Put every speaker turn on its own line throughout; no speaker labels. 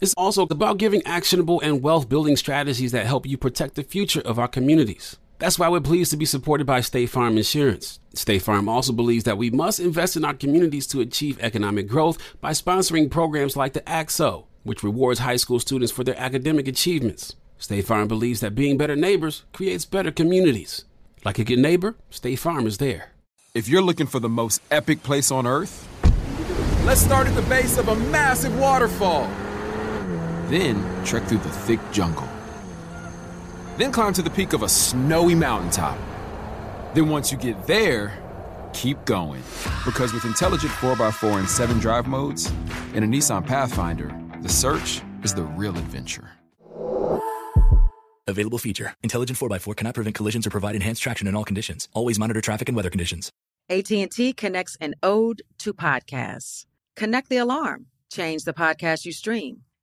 It's also about giving actionable and wealth building strategies that help you protect the future of our communities. That's why we're pleased to be supported by State Farm Insurance. State Farm also believes that we must invest in our communities to achieve economic growth by sponsoring programs like the AXO, which rewards high school students for their academic achievements. State Farm believes that being better neighbors creates better communities. Like a good neighbor, State Farm is there.
If you're looking for the most epic place on earth, let's start at the base of a massive waterfall. Then trek through the thick jungle. Then climb to the peak of a snowy mountaintop. Then once you get there, keep going. Because with intelligent 4x4 and 7 drive modes and a Nissan Pathfinder, the search is the real adventure.
Available feature. Intelligent 4x4 cannot prevent collisions or provide enhanced traction in all conditions. Always monitor traffic and weather conditions.
AT&T connects an ode to podcasts. Connect the alarm, change the podcast you stream.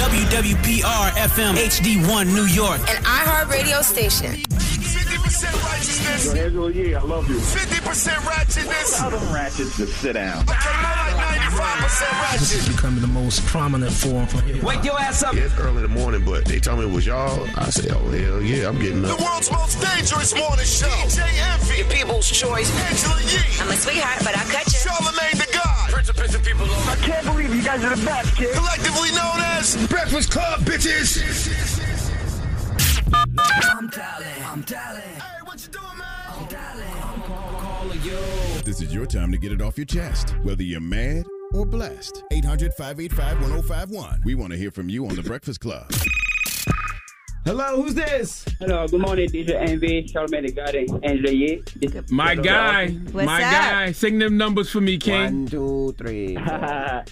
WWPR FM HD1 New York.
an iHeart radio station.
50% righteousness.
Angela Yee, I love you.
50% righteousness.
Tell them ratchets to sit down.
Okay, more like 95%
This
righteous.
is becoming the most prominent form for hip hop.
Wake your ass up.
Yeah, it's early in the morning, but they told me it was y'all. I said, oh, hell yeah, I'm getting
The
up.
world's most dangerous morning show. DJ Envy. Your people's choice. Angela Yee.
I'm a sweetheart, but I'll cut you.
Charlemagne the God. Prince of Prince of People.
I can't believe you guys are the best, kid.
Collectively known as Breakfast Club, bitches.
I'm dialing. I'm dialing.
Hey, what you doing, man?
I'm dialing. I'm calling you.
This is your time to get it off your chest, whether you're mad or blessed. 800 585 1051. We want to hear from you on The Breakfast Club.
Hello, who's this?
Hello, good morning. This is NV, Charlemagne the God, and Angela Yee. This is
My guy,
What's
my
up?
guy, sing them numbers for me, King.
One, two, three. now,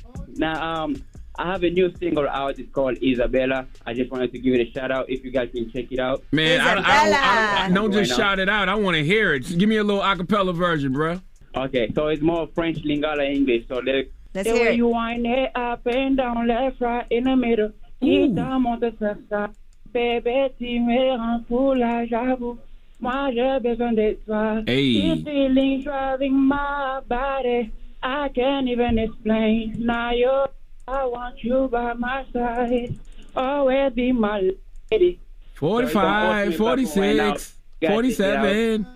um, I have a new single out. It's called Isabella. I just wanted to give it a shout out. If you guys can check it out.
Man, I, I, I, I,
Isabella.
don't just
Why not?
shout it out. I want to hear it. Give me a little acapella version, bro.
Okay, so it's more French, Lingala, English. So let
Let's hear
the way
it. Mm.
you wind it up and down, left, right, in the middle. Qui t'a monté ça, ça? Bébé, tu me rends fou là, j'avoue. Moi, j'ai besoin de toi.
Hey.
This feeling driving my body. I can't even explain. Now you, I want you by my side. Always be my lady. Sorry,
45,
don't force me, but when I-
46,
Guys,
47,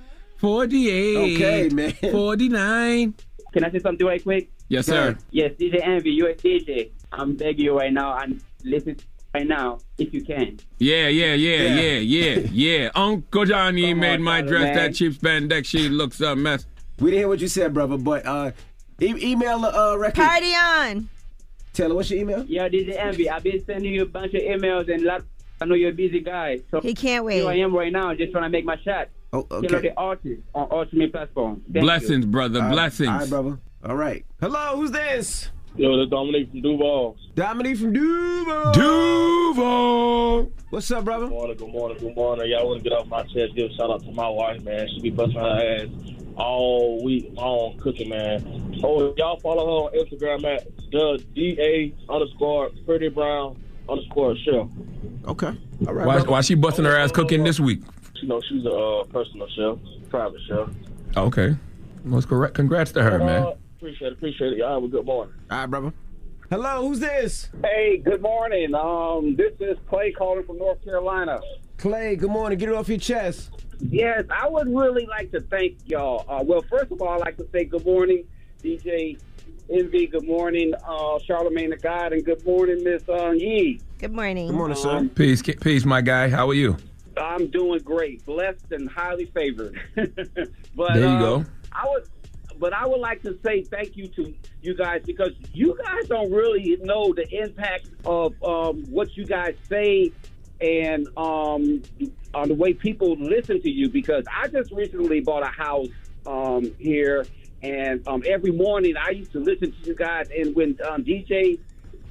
48,
Okay, man.
49.
Can I say something right quick?
Yes, sir.
Yes, DJ Envy, you're a DJ. I'm begging you right now and listen right now if you can.
Yeah, yeah, yeah, yeah, yeah, yeah. Uncle Johnny
Come
made
on,
my
brother,
dress
man.
that cheap spandex. She looks a mess.
We didn't hear what you said, brother, but uh, e- email the uh, record.
Party on.
Taylor, what's your email?
Yeah, DJ Envy, I've been sending you a bunch of emails and lot. I know you're a busy guy, so
He can't
here I
wait.
am right now, just trying to make my shot.
Oh,
You know,
okay.
the artist on Ultimate Platform. Thank
Blessings,
you.
brother,
Uh,
blessings.
All right, brother. All right. Hello, who's this?
Yo, this Dominique from Duval.
Dominique from Duval.
Duval.
What's up, brother?
Good morning, good morning, good morning. Y'all want to get off my chest, give a shout out to my wife, man. She be busting her ass all week long cooking, man. Oh, y'all follow her on Instagram at the DA underscore pretty brown underscore chef.
Okay. All
right,
Why,
brother.
why she busting her ass cooking this week?
You know, she's a uh, personal chef, private chef.
Oh, okay. Most correct. Congrats to her, man.
Uh, appreciate it, appreciate it. Y'all have a good morning.
All right, brother. Hello, who's this?
Hey, good morning. Um, this is Clay calling from North Carolina.
Clay, good morning. Get it off your chest.
Yes, I would really like to thank y'all. Uh, well, first of all, I'd like to say good morning, DJ Envy. Good morning, uh, Charlemagne the God, and good morning, Miss uh, Yee.
Good morning. Good
sir.
Peace, ki- peace, my guy. How are you?
I'm doing great, blessed and highly favored. but
There you
um,
go.
I would, but I would like to say thank you to you guys because you guys don't really know the impact of um, what you guys say and um, on the way people listen to you. Because I just recently bought a house um, here, and um, every morning I used to listen to you guys. And when um, DJ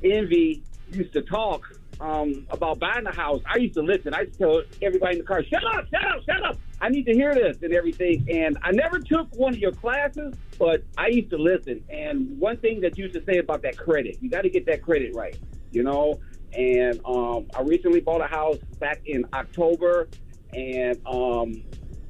Envy used to talk um, about buying a house, I used to listen. I used to tell everybody in the car, shut up, shut up, shut up. I need to hear this and everything. And I never took one of your classes, but I used to listen. And one thing that you used to say about that credit, you got to get that credit right, you know? And um, I recently bought a house back in October, and um,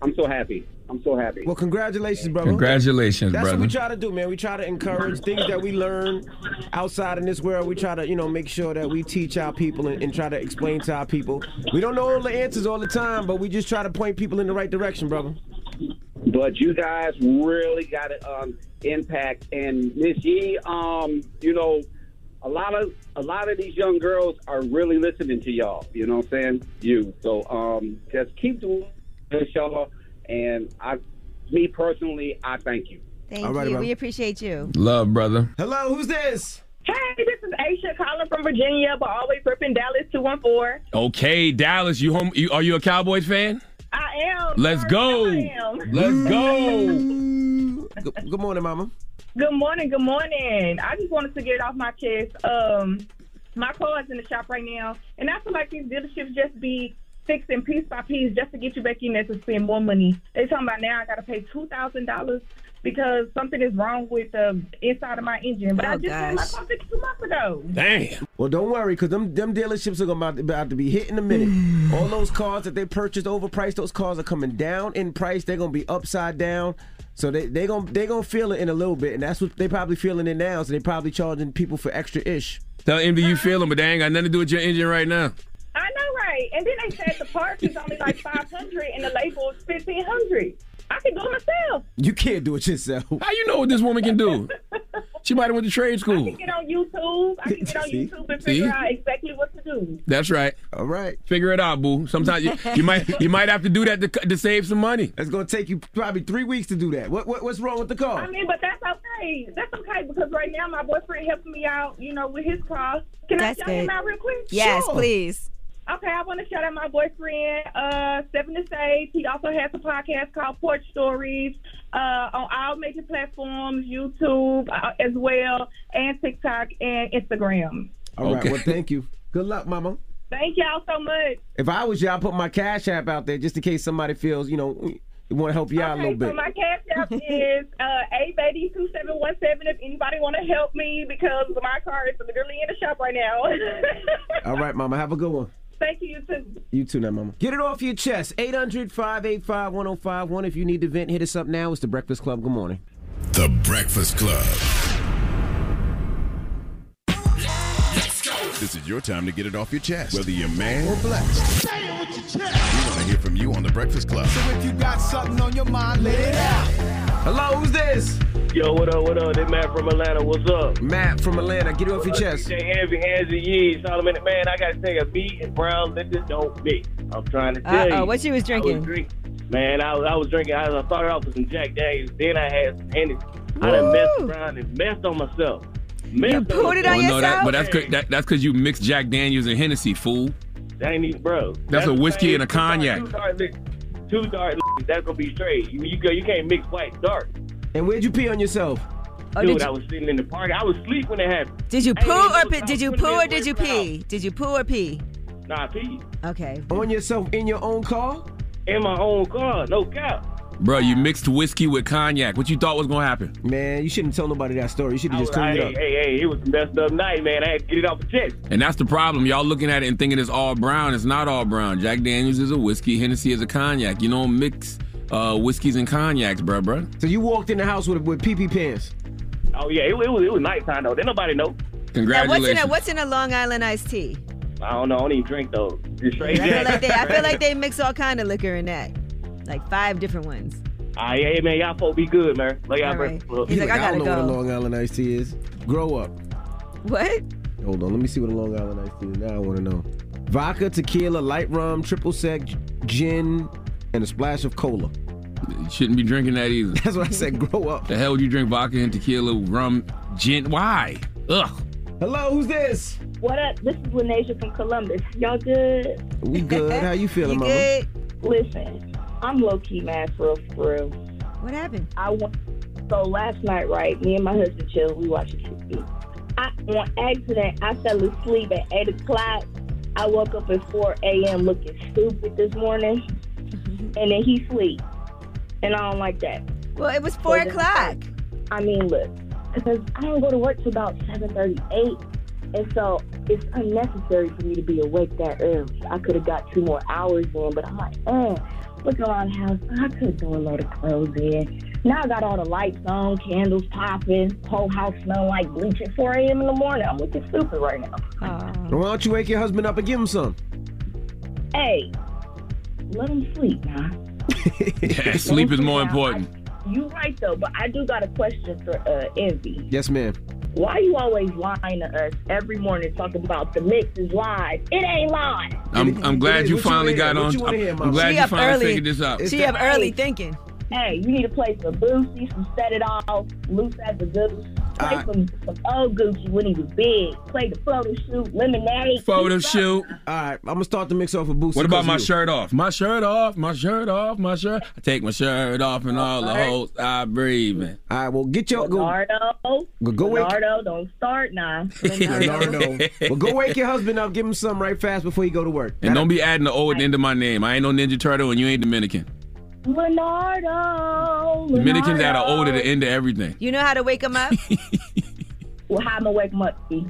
I'm so happy. I'm so happy.
Well, congratulations, brother.
Congratulations,
That's
brother.
what we try to do, man. We try to encourage things that we learn outside in this world. We try to, you know, make sure that we teach our people and, and try to explain to our people. We don't know all the answers all the time, but we just try to point people in the right direction, brother.
But you guys really got an um, impact. And Miss Yee, um, you know, a lot of a lot of these young girls are really listening to y'all. You know what I'm saying? You. So um, just keep doing this, y'all. And I, me personally, I thank you.
Thank you. We appreciate you.
Love, brother.
Hello, who's this?
Hey, this is Aisha calling from Virginia, but always repping Dallas 214.
Okay, Dallas. You home? You, are you a Cowboys fan?
I am.
Let's go. Let's go.
Good, good morning, mama.
Good morning, good morning. I just wanted to get it off my chest. Um, my car's in the shop right now, and I feel like these dealerships just be fixing piece by piece just to get you back in there to spend more money. They talking about now I gotta pay two thousand dollars because something is wrong with the inside of my engine. But I
Oh,
just had my
gosh.
car fixed two months ago.
Damn.
Well, don't worry, because them, them dealerships are gonna about, about to be hit in a minute. All those cars that they purchased overpriced, those cars are coming down in price. They're gonna be upside down. So they they gonna they gonna feel it in a little bit, and that's what they probably feeling it now. So they probably charging people for extra ish.
Tell Envy you feel him, but they ain't got nothing to do with your engine right now.
I know, right? And then they said the parts is only like five hundred, and the label is fifteen hundred. I can do it myself.
You can't do it yourself.
How you know what this woman can do? She might have went to trade
I
school.
can get on YouTube. I can get on
See?
YouTube and
See?
figure out exactly what to do.
That's right.
All right.
Figure it out, boo. Sometimes you, you might you might have to do that to, to save some money.
It's gonna take you probably three weeks to do that. What, what what's wrong with the car?
I mean, but that's okay. That's okay because right now my boyfriend helping me out, you know, with his car. Can
That's
I shout him
good.
out real quick?
Yes, Sure. please.
Okay, I want to shout out my boyfriend, uh, Stephen the Sage. He also has a podcast called Porch Stories uh, on all major platforms, YouTube uh, as well, and TikTok and Instagram.
All right.
Okay.
Well, thank you. Good luck, mama.
Thank y'all so much.
If I was you, I put my cash app out there just in case somebody feels you know want to help you out a
Okay,
little bit.
so my cash app is uh, a baby two seven one seven. If anybody want to help me because my car is literally in the shop right now.
All right, mama. Have a good one.
Thank you you too.
You too now, mama. Get it off your chest. 800 585 1051. If you need to vent, hit us up now. It's The Breakfast Club. Good morning.
The Breakfast Club. This is your time to get it off your chest, whether you're mad or blessed. We want to hear from you on The Breakfast Club.
If you got something on your mind, let it out.
Hello, who's this?
Yo, what up, what up? This Matt from Atlanta. What's up? Uh,
Matt from Atlanta. Get it off your chest.
DJ Envy, Hands and Yee, Solomon. Man, I got to tell you, me and Brown Liquor don't mix. I'm trying to tell
Uh oh,
you.
what you was
I
drinking?
was drink, man, I, was- I was drinking. I, I started off with some Jack Daniels. Then I had some Hennessy. I done messed around and messed on myself. Messed you
pooted on
Oh, no, that, but that's 'cause- that, that's because you mixed Jack Daniels and Hennessy, fool.
That ain't even, bro.
That's a whiskey and a
two dark-
cognac.
Two dark, liquor- two dark that's gonna be straight. You you, go- you can't mix white and dark.
And where'd you pee on yourself?
Dude, I was sitting in the party. I was asleep when it happened.
Oh, Did you
I ain't
poo
even
or
know
pee?
if I
Did you
was
poo
putting
or
in
did you
work or
pee? Did you poo or pee?
not. Nah, I peed.
Okay.
On yourself in your own car?
In my own car, no cap.
Bro, you mixed whiskey with cognac. What you thought was gonna happen?
Man, you shouldn't tell nobody that story. You should
I
have
was,
just cleaned
I,
it
hey,
up.
hey, hey, it was the messed up night, man. I had to get it off the chest.
And that's the problem. Y'all looking at it and thinking it's all brown. It's not all brown. Jack Daniels is a whiskey. Hennessy is a cognac. You don't mix uh, whiskeys and cognacs, bruh, bruh.
So you walked in the house with with pee pee pants.
Oh yeah, it, was- it was it was nighttime though. Didn't nobody know.
Now, what's in a what's in a Long Island iced tea?
I don't know. I don't even drink though. Just straight
I feel
Jack.
like they I feel like they mix all kind of liquor in that, like five different ones.
Ah, yeah, hey, man, y'all folks be good, man. Love y'all all
All right.
breakfast.
He's like, I
don't know
gotta
what a
go.
Long Island iced tea is. Grow up.
What?
Hold on, let me see what a Long Island iced tea is. Now I want to know. Vodka, tequila, light rum, triple sec, gin, and a splash of cola.
You shouldn't be drinking that either.
That's what I said. Grow up.
The hell would you drink vodka and tequila, rum, gin? Why? Ugh.
Hello, who's this?
What up? This is Lanasia from Columbus. Y'all good?
We good. How you feeling, mama?
Listen, I'm low key mad for real, for real.
What happened?
I want. So last night, right? Me and my husband chill. We watching TV. I on accident, I fell asleep at eight o'clock. I woke up at four a.m. looking stupid this morning, and then he sleep, and I don't like that.
Well, it was four o'clock.
I mean, look, because I don't go to work till about seven thirty-eight, and so it's unnecessary for me to be awake that early. I could have got two more hours in, but I'm like, oh, look around the house. I could do a load of clothes in. Now I got all the lights on, candles popping, whole house smelling like bleach at 4 a.m. in the morning. I'm looking stupid right now.
Why don't you wake your husband up and give him some?
Hey, let him sleep now.
sleep is more important.
You right though, but I do got a question for uh, Envy.
Yes, ma'am.
Why you always lying to us every morning talking about the mix is live? It ain't live.
I'm, I'm glad you
What you
finally
wanna
got
hear? What
on.
you wanna hear,
I'm,
Mama?
I'm glad
She
you
up
finally
early.
figured this out.
She up early thinking.
Hey, you need to play some Boosie, some Set It Off, Loose as a Good. Play
Alright.
some, some old Gucci when he was big. Play the photo shoot, lemonade.
Photo shoot.
All right, I'm gonna start the mix off with Boosie.
What about
'cause
my
you-
shirt off? My shirt off. My shirt off. My shirt. I take my shirt off and all the
Alright.
holes I breathe in.
All right, well get your go.
Leonardo,
Go- go wake-
Leonardo, don't start now.
Leonardo. well, go wake your husband up. Give him some right fast before you go to work.
And don't be adding the O at the end of my name. I ain't no Ninja Turtle and you ain't Dominican.
Leonardo.
Dominicans add an
Leonardo.
O to the end of everything.
You know how to wake him up?
well, how am I wake him up? B?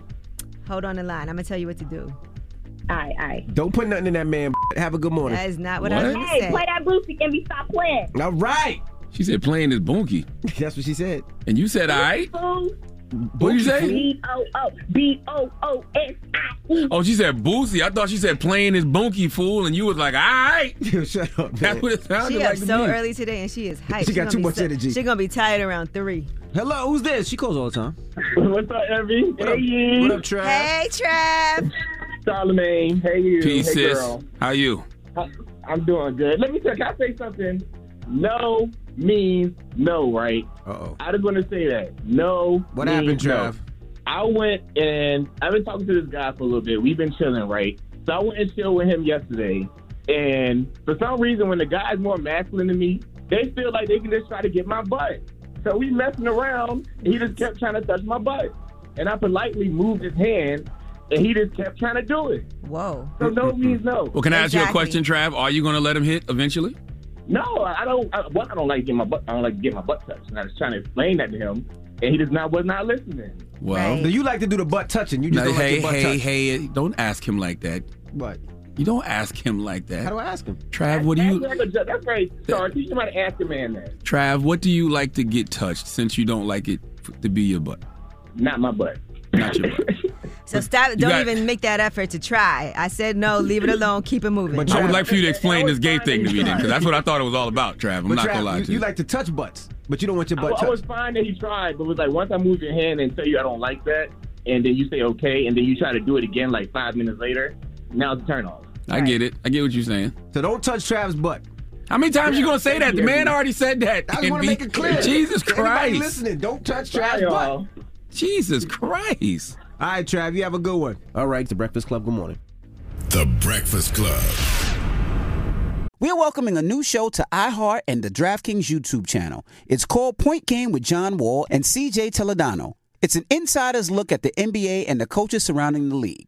Hold on the line. I'm gonna tell you what to do.
Aye, aye.
Don't put nothing in that man. Have a good morning.
That is not what I was gonna
Hey,
say.
play that Boosie and be stop playing.
All right.
She said playing is bunky.
That's what she said.
And you said, all right.
Boo.
What you say?
B O O B O O S I E.
Oh, she said boozy. I thought she said playing is bunky, fool. And you was like, all right.
Shut up.
That's what it sounded
She
like.
up
to
so
me.
early today, and she is hyped.
She got
gonna
too
be
much
so-
energy.
She gonna be tired around three.
Hello, who's this? She calls all the time.
What's up, Evie?
What up,
Hey.
what up Trav?
Hey, Trav.
Charlemagne, hey you,
Peace,
hey
sis.
girl.
How you?
I, I'm doing good. Let me tell. Can I say something? No means no, right?
Uh oh.
I just want to say that. No.
What
means
happened, Trav?
No. I went and I've been talking to this guy for a little bit. We've been chilling, right? So I went and chilled with him yesterday. And for some reason, when the guy's more masculine than me, they feel like they can just try to get my butt. So we messing around, and he just kept trying to touch my butt. And I politely moved his hand, and he just kept trying to do it.
Whoa.
So no means no.
Well, can I ask you a question, Trav? Are you going to let him hit eventually?
No, I don't. I, one, I don't like getting my butt. I don't like to get my butt touched. And I was trying to explain that to him, and he just not was not listening.
Well,
Do you like to do the butt touching? You just
now,
don't
hey,
like your butt
hey,
touched.
hey, don't ask him like that.
What?
You don't ask him like that.
How do I ask him?
Trav, what do you,
That's, like a, that's very sorry. Teach him how to ask a man that.
Trav, what do you like to get touched since you don't like it f- to be your butt?
Not my butt.
Not your butt.
So stop. Don't
got-
even make that effort to try. I said no. Leave it alone. Keep it moving.
I would like for you to explain this gay thing to me then, because that's what I thought it was all about, Trav. I'm
But
not
Trav,
gonna lie
you,
to
you
you.
like to touch butts, but you don't want your
I,
butt
I was
touched.
fine that he tried, but it was like once I move your hand and tell you I don't like that, and then you say okay, and then you try to do it again like five minutes later. Now it's a turn off.
I get it. I get what you're saying.
So don't touch Trav's butt.
How many times you gonna say that? The man already said that.
I just want to
NB.
make it clear.
Jesus
To Everybody
Christ.
listening, don't touch
Bye,
Trav's
y'all.
butt.
Jesus Christ.
All right, Trav, you have a good one. All right, The Breakfast Club, good morning.
The Breakfast Club.
We're welcoming a new show to iHeart and the DraftKings YouTube channel. It's called Point Game with John Wall and CJ Toledano. It's an insider's look at the NBA and the coaches surrounding the league.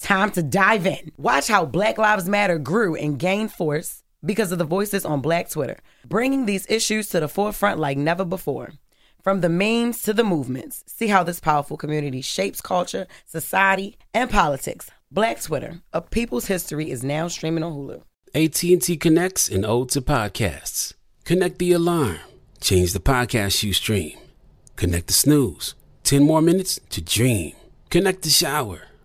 Time to dive in. Watch how Black Lives Matter grew and gained force because of the voices on Black Twitter, bringing these issues to the forefront like never before. From the memes to the movements, see how this powerful community shapes culture, society, and politics. Black Twitter, a people's history, is now streaming on Hulu.
AT&T connects and ode to podcasts. Connect the alarm. Change the podcast you stream. Connect the snooze. 10 more minutes to dream. Connect the shower.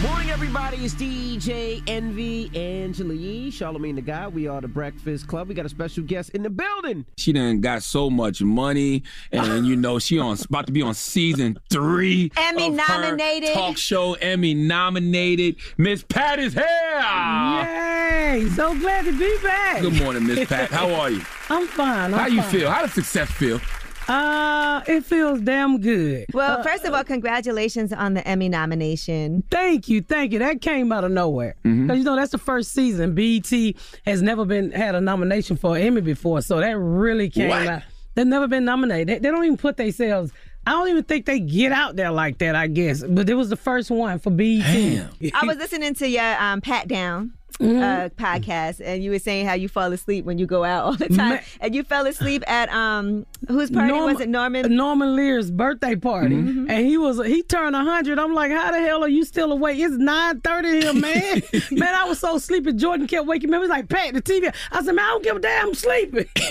Morning, everybody. It's DJ NV Angela Yee, Charlemagne the Guy. We are the Breakfast Club. We got a special guest in the building.
She done got so much money, and you know she on about to be on season three.
Emmy
of her
nominated.
talk show, Emmy nominated. Miss Pat is here.
Yay! So glad to be back.
Good morning, Miss Pat. How are you?
I'm fine. I'm
How you
fine.
feel? How does success feel?
Uh, it feels damn good. Uh,
Well, first of all, congratulations on the Emmy nomination.
Thank you, thank you. That came out of nowhere.
Mm-hmm.
Mhm.
'Cause, you know that's the first season. BET has never been had a nomination for an Emmy before, so that really came
What?
out. They've never been nominated. They, they don't even put themselves. I don't even think they get out there like that. I guess, but it was the first one for E BET.
I was listening to your um, Pat Down uh,
Mhm.
podcast, and you were saying how you fall asleep when you go out all the time. and you fell asleep at um, whose party
Norman-
was it? Norman? Mm-hmm.
Norman Lear's birthday party, and he was he turned hundred. I'm like, how the hell are you still awake? It's nine thirty here, man. man, I was so sleepy. Jordan kept waking me. up. He was like, Pat, the TV. I said, man, I don't give a damn. I'm sleeping.
well,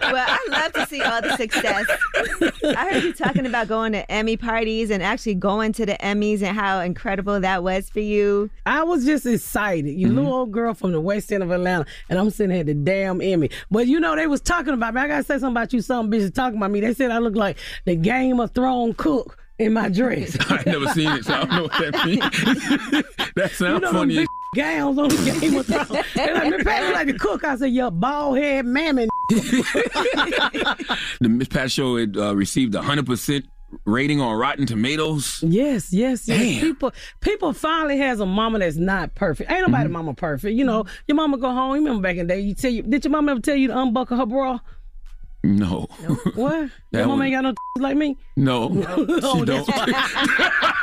I love to see all the success. I heard you talking about going to Emmy parties and actually going to the Emmys and how incredible that was for you.
I was just excited.
Mm-hmm.
You little old girl from the west end of Atlanta, and I'm sitting here the damn Emmy. But you know they was talking about me. I gotta say something about you. Some bitches talking about me. They said I look like the Game of Thrones cook in my dress.
I ain't never seen it, so I don't know what that means. that sounds
you know
funny.
them
as
big gowns on the Game of Thrones. They're like, "Miss Pat, you like the cook. I said, your bald head mammy.
The Miss Pat Show had uh, received a 100% rating on Rotten Tomatoes.
Yes, yes, yes.
Damn.
People, people finally has a mama that's not perfect. Ain't nobody
Mm-hmm.
mama perfect. You know, your mama go home. You remember back in the day? You tell you, did your mama ever tell you to unbuckle her bra?
No.
What?
That
your mama
one-
ain't got no like me.
No.
Oh,
she
that's
don't.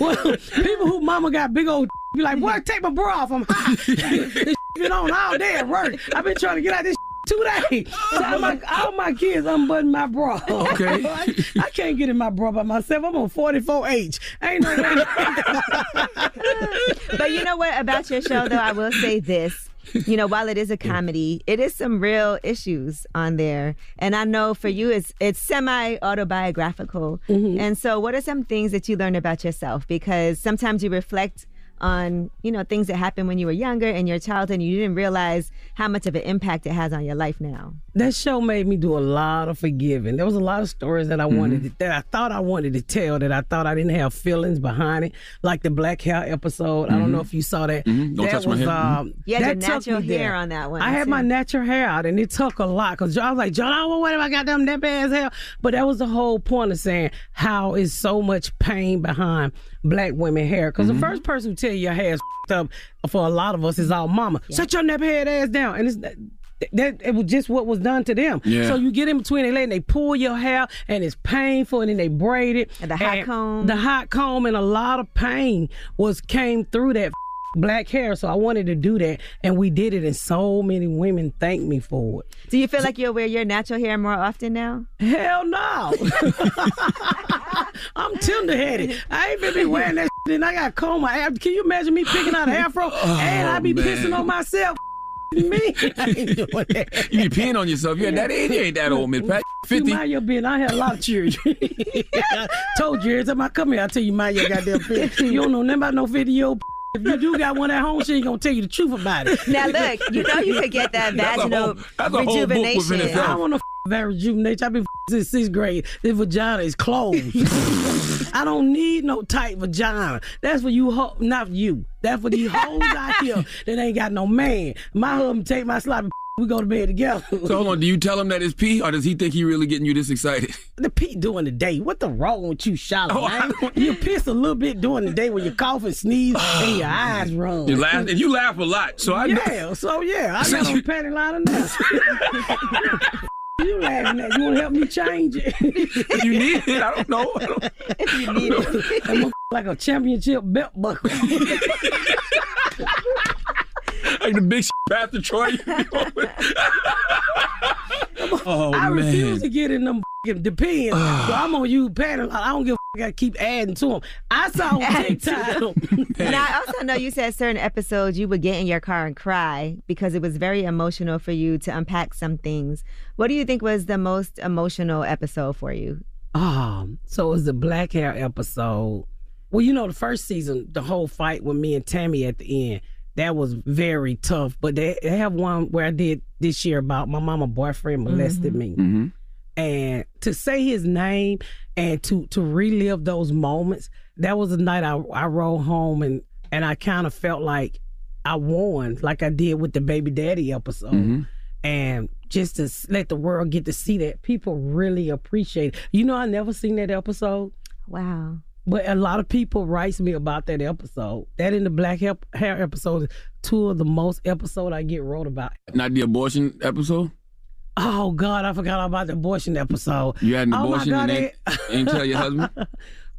well, people who mama got big old be like, "What? Take my bra off. I'm hot. this been on all day at work. I've been trying to get out this two days. So all my, all my kids unbutton my bra.
Okay.
I, can't get in my bra by myself. I'm on 44H. Ain't no way.
but you know what about your show though i will say this you know while it is a comedy it is some real issues on there and i know for you it's it's semi autobiographical
Mm-hmm.
and so what are some things that you learn about yourself because sometimes you reflect on you know things that happened when you were younger in your childhood and you didn't realize how much of an impact it has on your life now
that show made me do a lot of forgiving. There was a lot of stories that I
Mm-hmm.
wanted to, that I thought I wanted to tell that I thought I didn't have feelings behind it, like the black hair episode. I don't know
Mhm.
if you saw that.
Mhm. Don't
that
touch my hair.
um,
Mhm. You had your
that took
natural
me
hair
there.
on that one,
I had
too.
my natural hair out, and it took a lot because I was like, John, I don't what if I got them that bad as hell? But that was the whole point of saying how is so much pain behind black women hair because
Mm-hmm.
the first person who tell you your hair is f***ed up for a lot of us is our mama. Shut your nappy head ass down, and it's. That it was just what was done to them.
Yeah.
So you get in between their leg and they pull your hair and it's painful and then they braid it. And
the hot comb.
The hot comb and a lot of pain was came through that black hair. So I wanted to do that and we did it and so many women thanked me for it.
do you feel like you'll wear your natural hair more often now
hell no I'm tender headed. I ain't been be wearing that shit and I got comb my ab- Can you imagine me picking out an afro and I be
man.
pissing on myself? me. I ain't doing that.
you be peeing on yourself. You're that age. You ain't that old, Miss Pat.
You mind your business. I had a lot of children. I told you every time I come here, I tell you mind your goddamn business. You don't know nothing about no video. If you do got one at home, she ain't gonna tell you the truth about it.
Now, look, you know you could get that That's a vaginal whole- that's a whole book within rejuvenation. itself.
I don't want to that rejuvenation. I've been since sixth grade. This vagina is closed. I don't need no tight vagina. That's for you, ho- not you. That's for these hoes out here that ain't got no man. My husband take my sloppy. We go to bed together.
So hold on. Do you tell him that it's pee, or does he think he really getting you this excited?
the pee during the day. What the wrong with you, Charlotte?
Oh,
man? You piss a little bit during the day when you cough and sneeze and your eyes run.
You laugh, and you laugh a lot. So I
yeah,
know.
so yeah, I got on panty liner now. you laughing at? You want to help me change it?
you need it. I don't know. I don't,
you need it. That motherfucker like a championship belt buckle.
like the big path to Troy. oh
I
man.
refuse to get in them f***ing depends. so I'm on you panty liner. I don't give. A f- I gotta keep adding to them. I saw on TikTok.
And I also know you said certain episodes you would get in your car and cry because it was very emotional for you to unpack some things. What do you think was the most emotional episode for you?
Um, so it was the black hair episode. Well, you know, the first season, the whole fight with me and Tammy at the end, that was very tough. But they, they have one where I did this year about my mama boyfriend
Mm-hmm.
molested me and to say his name and to to relive those moments that was the night i, I rode home and and i kind of felt like i won like i did with the baby daddy episode
Mhm.
and just to s- let the world get to see that people really appreciate it. you know i never seen that episode
wow
but a lot of people writes me about that episode that in the black hair, hair episode is two of the most episode i get wrote about
Not the abortion episode.
Oh God, I forgot all about the abortion episode.
You had an
Oh, my
abortion
God,
and
they-
ain't tell your husband.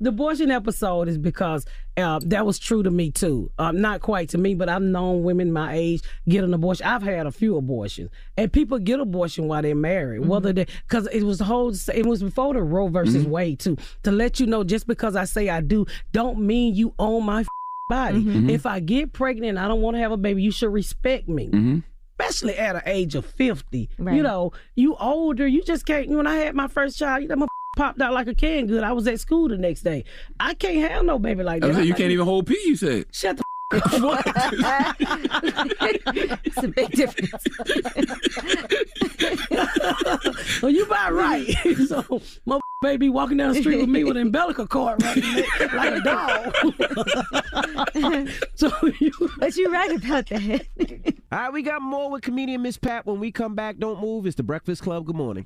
the abortion episode is because uh, that was true to me too. Um, not quite to me, but I've known women my age get an abortion. I've had a few abortions, and people get abortion while they're married. Whether
Mm-hmm.
they, because it was the whole, it was before the Roe versus Wade too. To let you know, just because I say I do, don't mean you own my body.
Mhm.
If I get pregnant, and I don't want to have a baby. You should respect me
Mm-hmm.
especially at an age of 50.
Right.
You know, you older, you just can't. When I had my first child, you know, my popped out like a can good. I was at school the next day. I can't have no baby like that.
I said, you
Like,
can't even hold pee, you said.
Shut the
it's a big difference.
well, you about right. so my baby walking down the street with me with an umbilical cord running it like a dog. so you,
but you're right about that.
All right, we got more with comedian Miss Pat when we come back. Don't move. It's the Breakfast Club. Good morning.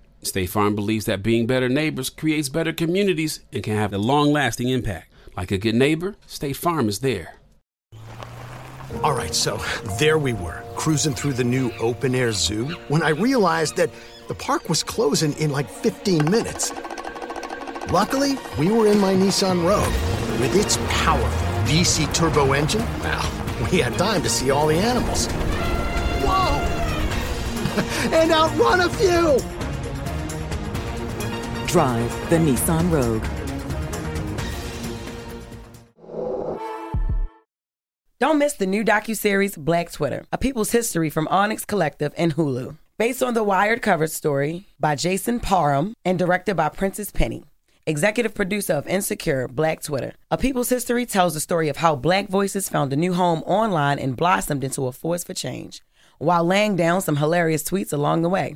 State Farm believes that being better neighbors creates better communities and can have a long lasting impact. Like a good neighbor, State Farm is there.
All right, so there we were, cruising through the new open air zoo when I realized that the park was closing in like 15 minutes. Luckily, we were in my Nissan Rogue. With its powerful VC turbo engine, well, we had time to see all the animals. Whoa! and outrun a few!
Drive the Nissan Rogue.
Don't miss the new docuseries Black Twitter, a people's history from Onyx Collective and Hulu. Based on the Wired cover story by Jason Parham and directed by Princess Penny. Executive producer of Insecure, Black Twitter. A People's History tells the story of how black voices found a new home online and blossomed into a force for change, while laying down some hilarious tweets along the way.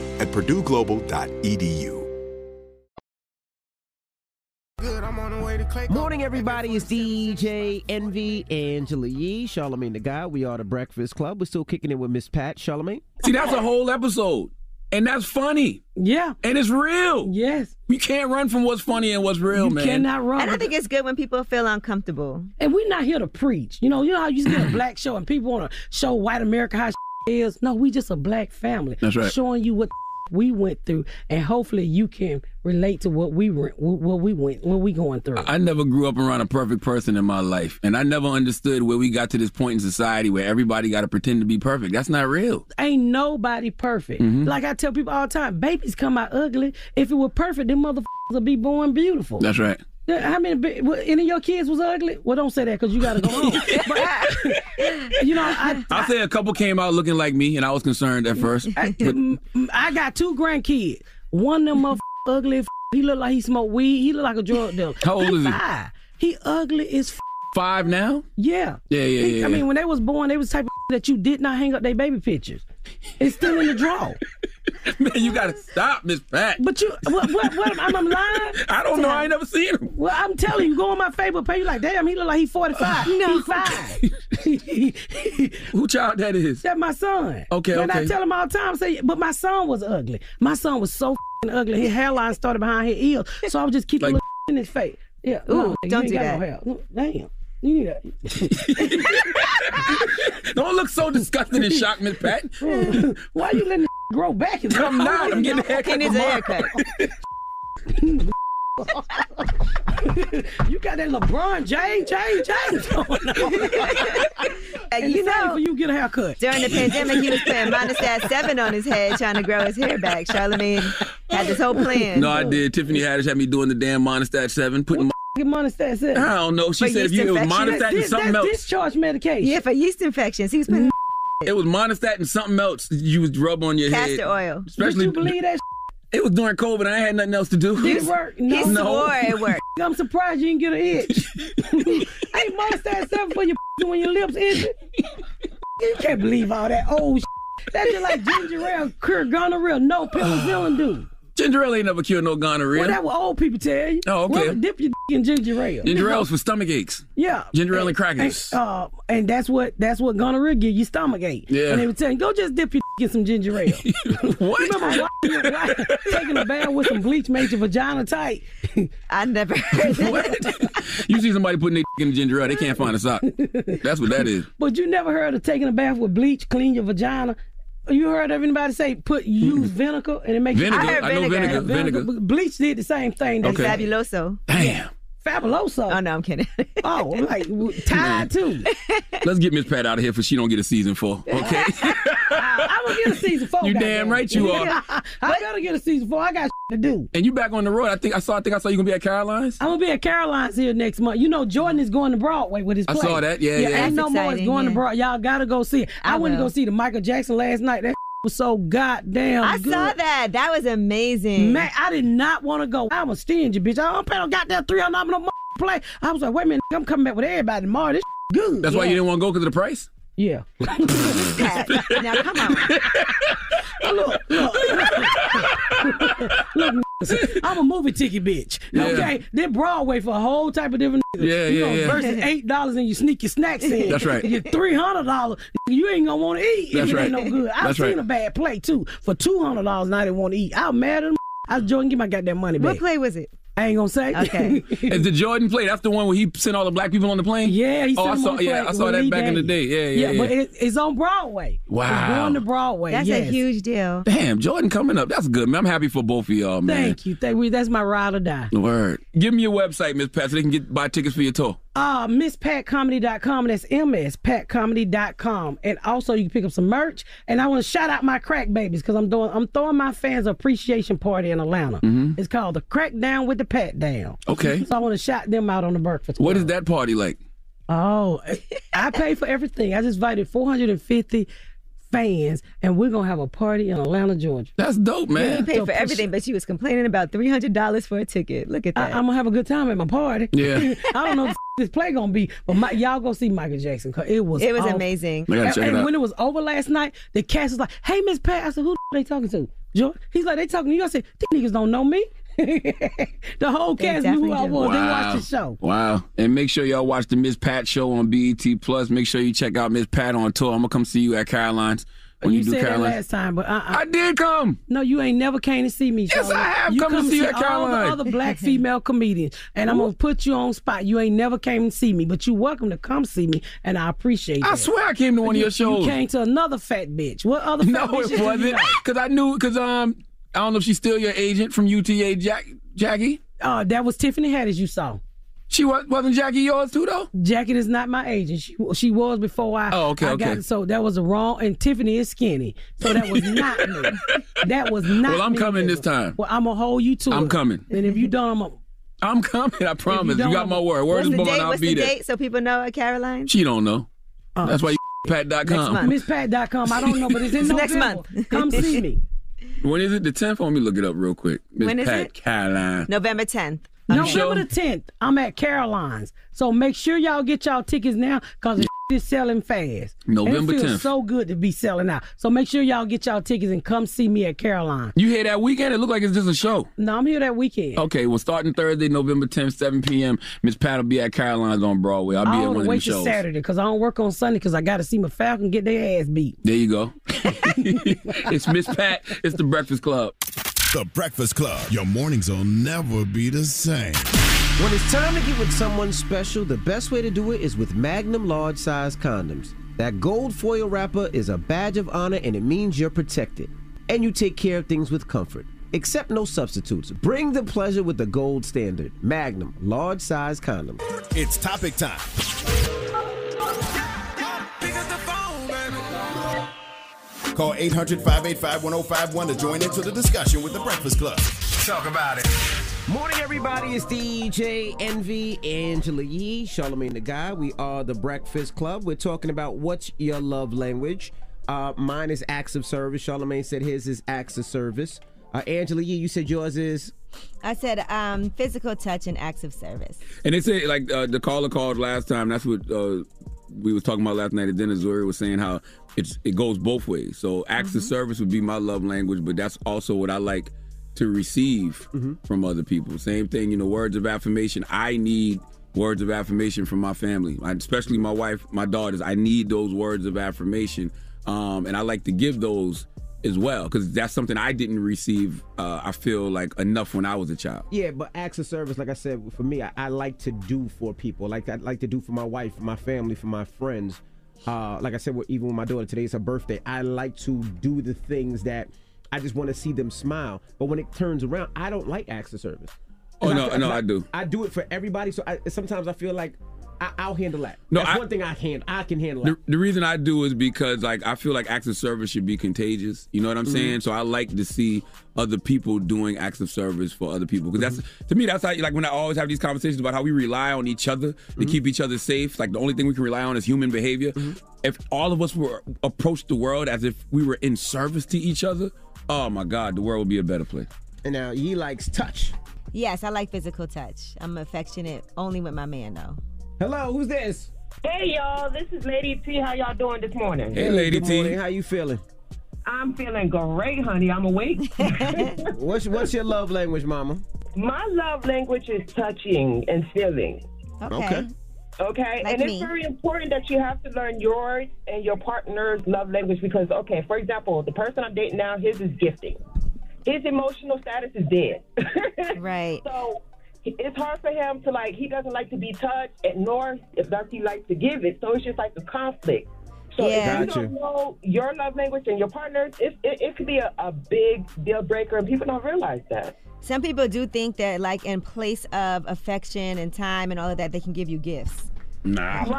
at purdueglobal.edu.
Morning, everybody. It's DJ Envy, Angela Yee, Charlemagne the Guy. We are the Breakfast Club. We're still kicking it with Miss Pat, Charlemagne.
See, that's a whole episode. And that's funny.
Yeah.
And it's real.
Yes.
You can't run from what's funny and what's real, man.
And I think it's good when people feel uncomfortable.
And we're not here to preach. You know, you know how you get a black show and people want to show white America how is. No, we just a black family.
That's right.
Showing you what we went through, and hopefully you can relate to what we went, what we went, what we going through.
I never grew up around a perfect person in my life, and I never understood where we got to this point in society where everybody got to pretend to be perfect. That's not real.
Ain't nobody perfect.
Mhm.
Like I tell people all the time, babies come out ugly. If it were perfect, them motherfuckers would be born beautiful.
That's right.
Yeah, How many? bi- what, Any of your kids was ugly? Well, don't say that because you got to go home. But, you know, I,
I'll say a couple came out looking like me, and I was concerned at first.
I,
but
I got two grandkids. One of them motherf- ugly. as f- He look like he smoked weed. He look like a drug dealer.
How old is he?
Five. He ugly as f-
five now.
yeah.
Yeah, yeah,
He-
yeah.
I mean, when they was born, they was the type of that you did not hang up their baby pictures. It's still in the drawer.
man, you gotta stop, Miss Pat.
But you, what, what, what am I- I'm lying?
I don't know. I ain't never seen him.
Well, I'm telling you, go on my Facebook page. You like, damn, he look like he 45. no, he five.
Who child that is?
That my son.
Okay,
And I
okay.
tell him all the time, say, but my son was ugly. My son was so fing ugly. His hairline started behind his ears, so I would just keep a little in his face. Yeah.
Ooh,
no,
don't
you
do that.
ain't got No hair. No, Damn. You need that.
Don't look so disgusted and shocked, Miss Pat.
Why you letting this grow back?
I'm not. I'm getting a haircut. tomorrow.
you got that LeBron James, James, James going on. and
you
it's time
know-
for you to get a haircut.
During the pandemic, he was playing minus that seven on his head, trying to grow his hair back. Charlemagne had this whole plan.
No, I did. Tiffany Haddish had me doing the damn Monistat 7, putting my
Monistat seven.
I don't know. She
For
said if
yeast
you it was
infection.
Monistat and something else.
discharge medication.
Yeah, for yeast infections. He was putting
It was Monistat and something else you would rub on your head.
castor oil.
Especially
that?
It was during COVID. I ain't had nothing else to do.
Did it work?
No.
No. I'm surprised you didn't get an itch. Ain't most that stuff for your when your lips itch. You can't believe all that old That's just like ginger ale, cure gonorrhea, no penicillin do.
Ginger ale ain't never cured no gonorrhea.
Well, that what old people tell you.
Oh, okay.
Rub- dip your dick in ginger ale.
Ginger ale's for stomach aches.
Yeah.
Ginger ale and
And,
crackers.
uh, and that's what that's what gonorrhea give you stomach ache.
Yeah.
And they were telling you, go just dip your get some ginger ale.
what?
Remember why, why taking a bath with some bleach made your vagina tight?
I never heard
you see somebody putting their dick in ginger ale, they can't find a sock. That's what that is.
But you never heard of taking a bath with bleach, clean your vagina. You heard of anybody say put use vinegar and it makes
Vinegar. I heard I know vinegar. vinegar, vinegar.
but Bleach did the same thing.
Okay.
Fabuloso.
Damn.
Fabuloso. Oh
no, I'm kidding.
oh, I'm like w- tied too.
Let's get Miss Pat out of here for she don't get a season four. Okay.
I'm gonna get a season four.
You damn
goddamn it.
right you are.
Yeah, I, I gotta get a season four. I got to do.
and you back on the road. I think I saw I think I saw you gonna be at Caroline's.
I'm gonna be at Caroline's here next month. You know Jordan is going to Broadway with his
I
play.
saw that. Yeah, yeah.
Ain't
That's
no more is
exciting,
going to
yeah.
Broadway. Y'all gotta go see it. I,
I
went to
will.
go see the Michael Jackson last night. That was so goddamn.
I
good.
saw that. That was amazing.
Man, I did not want to go. I'm a stingy bitch. I don't pay no goddamn three hundred dollars no motherfucking play. I was like, wait a minute, I'm coming back with everybody tomorrow. This good.
That's why you didn't want to go because of the price?
Yeah.
now come on.
look, look, look, look, I'm a movie ticket bitch.
Yeah.
Okay, then Broadway for a whole type of different. niggas.
Yeah,
you
yeah,
know,
yeah.
Versus eight dollars and you sneak your snacks in.
That's right.
You three hundred dollars. You ain't gonna want to eat
That's
if it
right.
ain't no good. I've
That's
seen
right.
a bad play too for two hundred dollars and I didn't want to eat. I'm mad at them. I was Jordan, get my goddamn money back.
What play was it?
I ain't gonna say. Okay.
Is the Jordan play? That's the one where he sent all the black people on the plane.
Yeah, he
oh,
sent
I
him
saw.
on the
yeah,
plane
I saw
with
that
Lee
back in the day.
Daniels.
Yeah, yeah, yeah.
but it, it's on Broadway.
Wow.
it's going to Broadway.
That's
yes.
a huge deal.
Damn, Jordan coming up. That's good, man. I'm happy for both of y'all, Oh, man.
Thank you. Thank we. That's my ride or die.
Word. Give me your website, Miss Pat, so they can get buy tickets for your tour.
Uh, MissPatComedy.com. That's MSPatComedy.com. And also, you can pick up some merch. And I want to shout out my crack babies because I'm doing I'm throwing my fans an appreciation party in Atlanta.
Mhm.
It's called the Crack Down with the Pat Down.
Okay.
So I want to shout them out on the breakfast.
What is that party like?
Oh, I pay for everything. I just invited 450 fans, and we're gonna have a party in Atlanta, Georgia.
That's dope,
Yeah, he paid for everything, but she was complaining about three hundred dollars for a ticket. Look at
I,
that.
am gonna have a good time at my party.
Yeah.
I don't know what the this play gonna be, but my, y'all go see Michael Jackson. 'cause it was
It was
awful.
amazing.
And,
I gotta check it
and
out.
when it was over last night, the cast was like, "Hey, Miss Pat," I said, "Who the f- they talking to?" George, he's like, "They talking to you." I said, "These niggas don't know me." the whole cast knew who I was. They watched the show.
Wow. And make sure y'all watch the Miss Pat show on BET Plus. Make sure you check out Miss Pat on tour. I'm gonna come see you at Caroline's when you, do
said that
Caroline's.
last time, but uh-uh.
I did come.
No, you ain't never came to see me.
Yes,
Charlotte.
I have
you
come to see you at
all the
Caroline.
other black female comedians, and I'm gonna put you on spot. You ain't never came to see me, but you welcome to come see me, and I appreciate.
I
that.
swear I came to one of
You-
your shows.
You came to another fat bitch. What other fat
No,
bitch did
it
you
wasn't.
like?
Because I knew, because um, I don't know if she's still your agent from UTA, Jack, Jackie.
Oh, that was Tiffany Haddish you saw.
She was, wasn't Jackie yours too though.
Jackie is not my agent. She she was before I.
Oh, okay,
I
okay.
Got, so that was wrong. And Tiffany is skinny, so that was not me. That was not.
Well, I'm
me,
coming
nigga.
this time.
Well, I'm gonna hold you to.
I'm
it.
coming.
And if you dumb, I'm-
I'm coming. I promise. You,
don't-
got my word. Word
What's
is
the
born.
date? Uh,
I'll
What's
be
the
there.
Date so people know at Caroline.
She don't know. That's why you pat.com.
MissPat.com. Um, I don't know, but it's in
It's next
November.
month.
Come see me.
When is it? The 10th? Let me look it up real quick. Miss
When is
Pat
it?
Caroline.
November 10th.
You sure?
November the 10th, I'm at Caroline's. So make sure y'all get y'all tickets now because the is selling fast.
November
and it feels
10th.
so good to be selling out. So make sure y'all get y'all tickets and come see me at Caroline.
You hear that weekend? It look like it's just a show.
No, I'm here that weekend.
Okay, well, starting Thursday, November 10th, 7 p.m., Miss Pat will be at Caroline's on Broadway. I'll be
I
at
don't
one of
Oh, wait
the
till
shows.
Saturday because I don't work on Sunday because I got to see my Falcon get their ass beat.
There you go. it's Miss Pat. It's the Breakfast Club.
The Breakfast Club. Your mornings will never be the same.
When it's time to get with someone special, the best way to do it is with Magnum large size condoms. That gold foil wrapper is a badge of honor and it means you're protected. And you take care of things with comfort. Accept no substitutes. Bring the pleasure with the gold standard. Magnum large size condoms.
It's topic time. Call 800 585 1051 to join into the discussion with The Breakfast Club. Talk about it.
Morning, everybody. It's DJ Envy, Angela Yee, Charlemagne the Guy. We are the Breakfast Club. We're talking about what's your love language. Uh, mine is acts of service. Charlemagne said his is acts of service. Uh, Angela Yee, you said yours is.
I said um, physical touch and acts of service.
And they say like uh, the caller called last time. That's what uh, we was talking about last night at dinner. Zuri was saying how it's it goes both ways. So acts of service would be my love language, but that's also what I like to receive from other people. Same thing, you know, words of affirmation. I need words of affirmation from my family, I- especially my wife, my daughters. I need those words of affirmation, um, and I like to give those as well because that's something I didn't receive. Uh, I feel like enough when I was a child.
Yeah, but acts of service, like I said, for me, I, I like to do for people. Like I like to do for my wife, for my family, for my friends. Uh, like I said, with- even with my daughter, today's her birthday. I like to do the things that I just want to see them smile. But when it turns around, I don't like acts of service. 'Cause
Oh, no,
feel-
no, I do.
I do it for everybody. So I, sometimes I feel like I, I'll handle that.
No,
That's
I-
one thing I can. I can handle.
The,
that.
the reason I do is because like I feel like acts of service should be contagious. You know what I'm
Mhm.
saying? So I like to see other people doing acts of service for other people because that's to me that's how like when I always have these conversations about how we rely on each other to keep each other safe. Like the only thing we can rely on is human behavior. If all of us were approached the world as if we were in service to each other, oh my God, the world would be a better place.
And now he likes touch.
Yes, I like physical touch. I'm affectionate only with my man though.
Hello, who's this?
Hey y'all, this is Lady T. How y'all doing this morning?
good morning. How you feeling?
I'm feeling great, honey. I'm awake.
what's what's your love language, Mama?
My love language is touching and feeling.
Okay.
Okay,
Like
and
me.
it's very important that you have to learn yours and your partner's love language because, okay, for example, the person I'm dating now, his is gifting. His emotional status is dead.
right.
So it's hard for him to like. He doesn't like to be touched, and nor does he like to give it. So it's just like a conflict. So
Yeah.
if you
Gotcha.
don't know your love language and your partner's, it, it, it could be a, a big deal breaker, and people don't realize that.
Some people do think that like in place of affection and time and all of that, they can give you gifts.
Nah. Mm-hmm.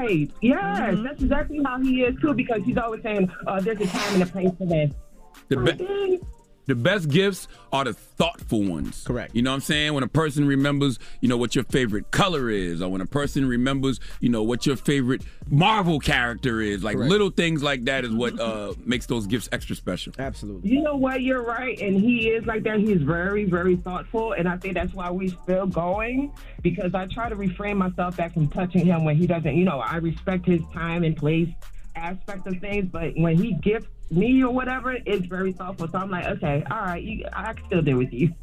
Right. Yes, that's exactly how he is too. Because he's always saying, uh, "There's a time and a place for this."
Oh,
The be- the best gifts are the thoughtful ones. Correct. You know what I'm saying? When a person remembers, you know, what your favorite color is, or when a person remembers, you know, what your favorite Marvel character is. Like little things like that is what uh, makes those gifts extra special.
Absolutely.
You know what? You're right, and he is like that. He's very, very thoughtful, and I think that's why we're still going because I try to refrain myself back from touching him when he doesn't. You know, I respect his time and place aspect of things, but when he gifts me or whatever, it's very thoughtful. So I'm like, okay, all right, you, I can still deal with you.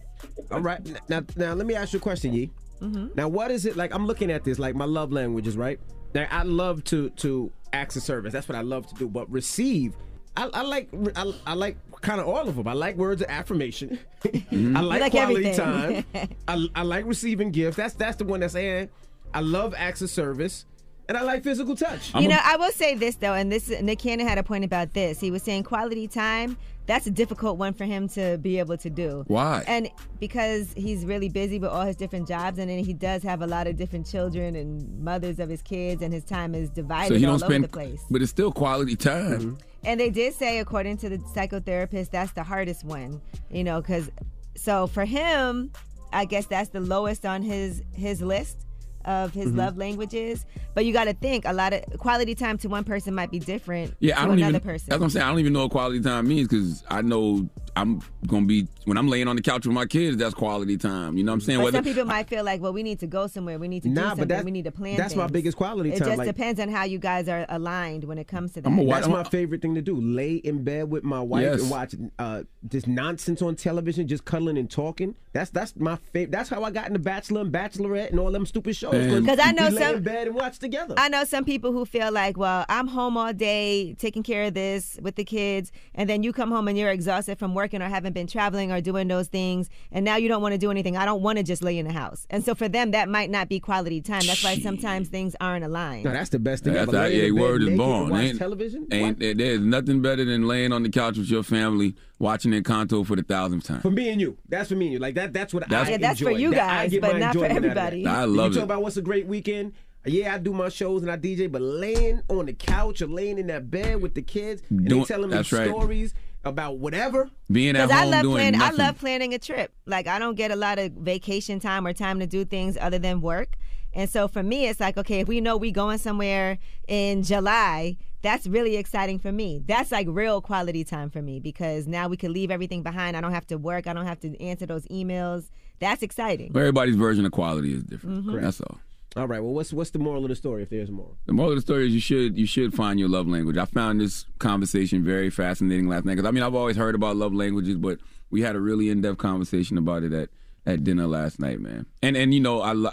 All right. N- Now, now let me ask you a question, Yee.
Mm-hmm.
Now, what is it like? I'm looking at this like my love languages, right? Now, I love to to acts of service. That's what I love to do. But receive, I, I like I, I like kind of all of them. I like words of affirmation. I
Mm-hmm. You
like,
like
quality
everything.
time. I, I like receiving gifts. That's that's the one that's in. I love acts of service. And I like physical touch.
you know, I will say this though, and this Nick Cannon had a point about this. He was saying quality time. That's a difficult one for him to be able to do.
Why?
And because he's really busy with all his different jobs, and then he does have a lot of different children and mothers of his kids, and his time is divided
so he
all
don't
over
spend,
the place.
but it's still quality time.
And they did say, according to the psychotherapist, that's the hardest one, you know, because so for him, I guess that's the lowest on his his list of his
Mhm.
love languages. But you got to think a lot of quality time to one person might be different
Yeah,
to
I don't
another
even.
person.
That's what I'm saying. I don't even know what quality time means because I know I'm gonna be when I'm laying on the couch with my kids. That's quality time. You know what I'm saying?
but some people might feel like, well, we need to go somewhere. We need to do
Nah, but
something.
that-
we need to plan.
that's my
things.
biggest quality
It
time,
just
like-
depends on how you guys are aligned when it comes to that.
That's my favorite thing to do. Lay in bed with my wife
Yes.
and watch uh, just nonsense on television, just cuddling and talking. That's that's my favorite. That's how I got into Bachelor and Bachelorette and all them stupid shows.
Man. 'Cause I know
we lay
some-
in bed and watch together.
I know some people who feel like, well, I'm home all day taking care of this with the kids, and then you come home and you're exhausted from working or haven't been traveling or doing those things, and now you don't want to do anything. I don't want to just lay in the house. And so for them, that might not be quality time. That's why sometimes things aren't aligned.
no, that's the best thing
That's
ever.
how
Lay in
yeah,
the bed
word
naked
is
and
born.
watch
Ain't,
television.
ain't there's nothing better than laying on the couch with your family watching Encanto for the thousandth time.
For me and you, that's for me and you. Like that, that's what
That's-
I.
Yeah, that's for
enjoy.
you
That- I
guys,
get
but
my
not for
enjoyment out of
everybody.
that.
I
You
love it.
talk about what's a great weekend. Yeah, I do my shows and I DJ, but laying on the couch or laying in that bed with the kids and they
Doing-
telling me
that's right.
stories about whatever.
Being at
Because I
home
love
doing
planning.
nothing.
I love planning a trip. Like I don't get a lot of vacation time or time to do things other than work. And so for me, it's like okay, if we know we going somewhere in July, that's really exciting for me. That's like real quality time for me because now we can leave everything behind. I don't have to work. I don't have to answer those emails. That's exciting.
But everybody's version of quality is different.
Mhm.
Mm-hmm.
Correct.
That's all.
All right. Well, what's what's the moral of the story if there's a moral?
The moral of the story is you should you should find your love language. I found this conversation very fascinating last night because I mean I've always heard about love languages, but we had a really in depth conversation about it at, at dinner last night, man. And and you know I lo-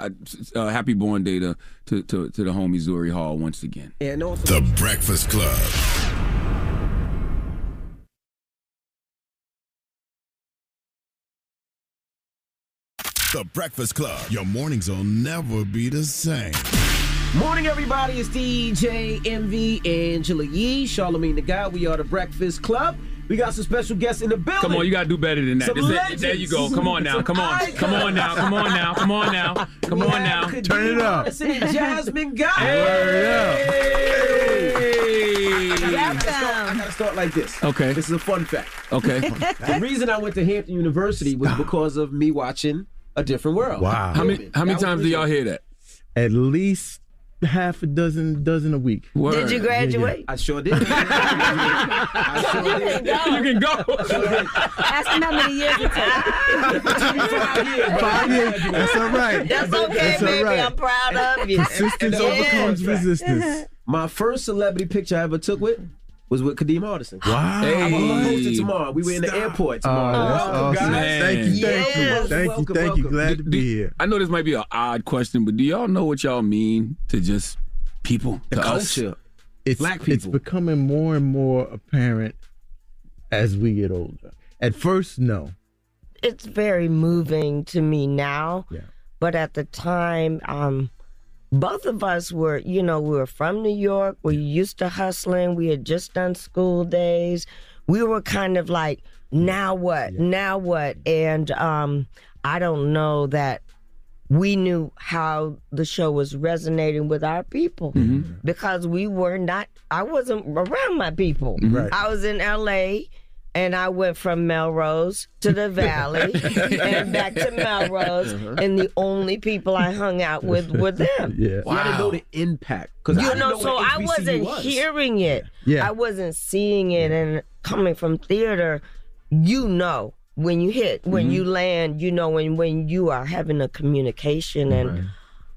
uh, happy born day to to, to to the homie Zuri Hall once again.
And
The
also
Breakfast Club. The Breakfast Club. Your mornings will never be the same.
Morning, everybody. It's DJ MV Angela Yee, Charlemagne the Guy. We are the Breakfast Club. We got some special guests in the building.
Come on, you gotta do better than that.
Some
This- there- there
legends.
you go. Come on now.
Some
Come on.
icons.
Come on now. Come on now. Come on now. Come
We
on
have
now.
Khadijah
Turn it up.
Morrison and Jasmine Guy. I gotta start like this.
Okay.
This is a fun fact.
Okay.
the reason I went to Hampton University was because of me watching A Different World.
Wow.
How many how many times do y'all hear that?
At least half a dozen, dozen a week.
Did you graduate? I sure did.
I
You can go.
Ask him how many years it took.
Five years. That's all right.
That's okay,
That's all
baby.
right.
I'm proud of you.
Persistence
And the
overcomes
contract.
resistance.
My first celebrity picture I ever took with was with Kadeem Hardison. Wow. I'm gonna post it tomorrow. We were in the airport tomorrow.
Oh, that's
Welcome,
awesome.
guys.
Thank you, thank you,
Yes.
thank you,
Welcome,
thank you.
welcome.
Glad to be here.
I know this might be an odd question, but do y'all know what y'all mean to just people?
The
to us?
culture. It's, It's becoming more and more apparent as we get older. At first, no.
it's very moving to me now. But at the time, um, both of us were, you know, we were from New York. We used to hustling. We had just done school days. We were kind of like, now what? Now what? And um, I don't know that we knew how the show was resonating with our people because we were not, I wasn't around my people.
Right.
I was in LA and I went from Melrose to the Valley and back to Melrose,
Uh-huh.
and the only people I hung out with were them.
Yeah. I didn't know the impact. Cause I
You
didn't
know,
know
so
what
I
HBCU
wasn't
was.
hearing it.
Yeah.
I wasn't seeing it. And coming from theater, you know when you hit, when you
Mm-hmm.
land, you know when when you are having a communication. And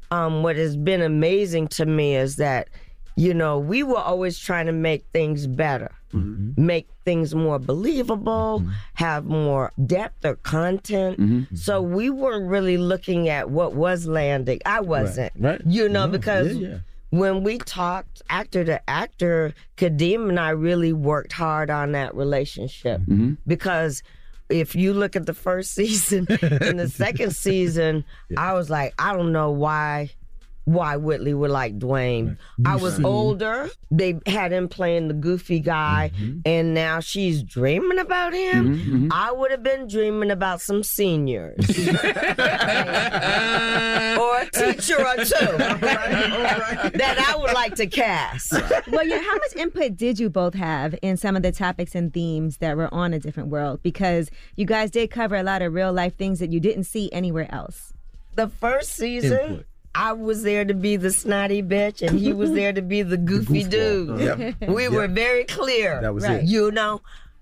um, what has been amazing to me is that, you know, we were always trying to make things better
Mm-hmm.
Mm-hmm.
make things more believable, have more depth or content.
Mhm.
So we weren't really looking at what was landing. I wasn't.
right.
You know,
No,
because
yeah, yeah.
when we talked actor to actor, Kadeem and I really worked hard on that relationship
Mm-hmm.
because if you look at the first season and the second season, I was like, I don't know why why Whitley would like Dwayne. I was
Mhm.
older. They had him playing the goofy guy, and now she's dreaming about him.
Mhm, mhm.
I would have been dreaming about some seniors or a teacher or two that I would like to cast.
well, yeah, how much input did you both have in some of the topics and themes that were on A Different World? Because you guys did cover a lot of real life things that you didn't see anywhere else.
The first season,
Input.
I was there to be the snotty bitch, and he was there to be the goofy dude.
Goofball. uh-huh. Yep.
We
Yep.
were very clear.
That was Right. it.
You know,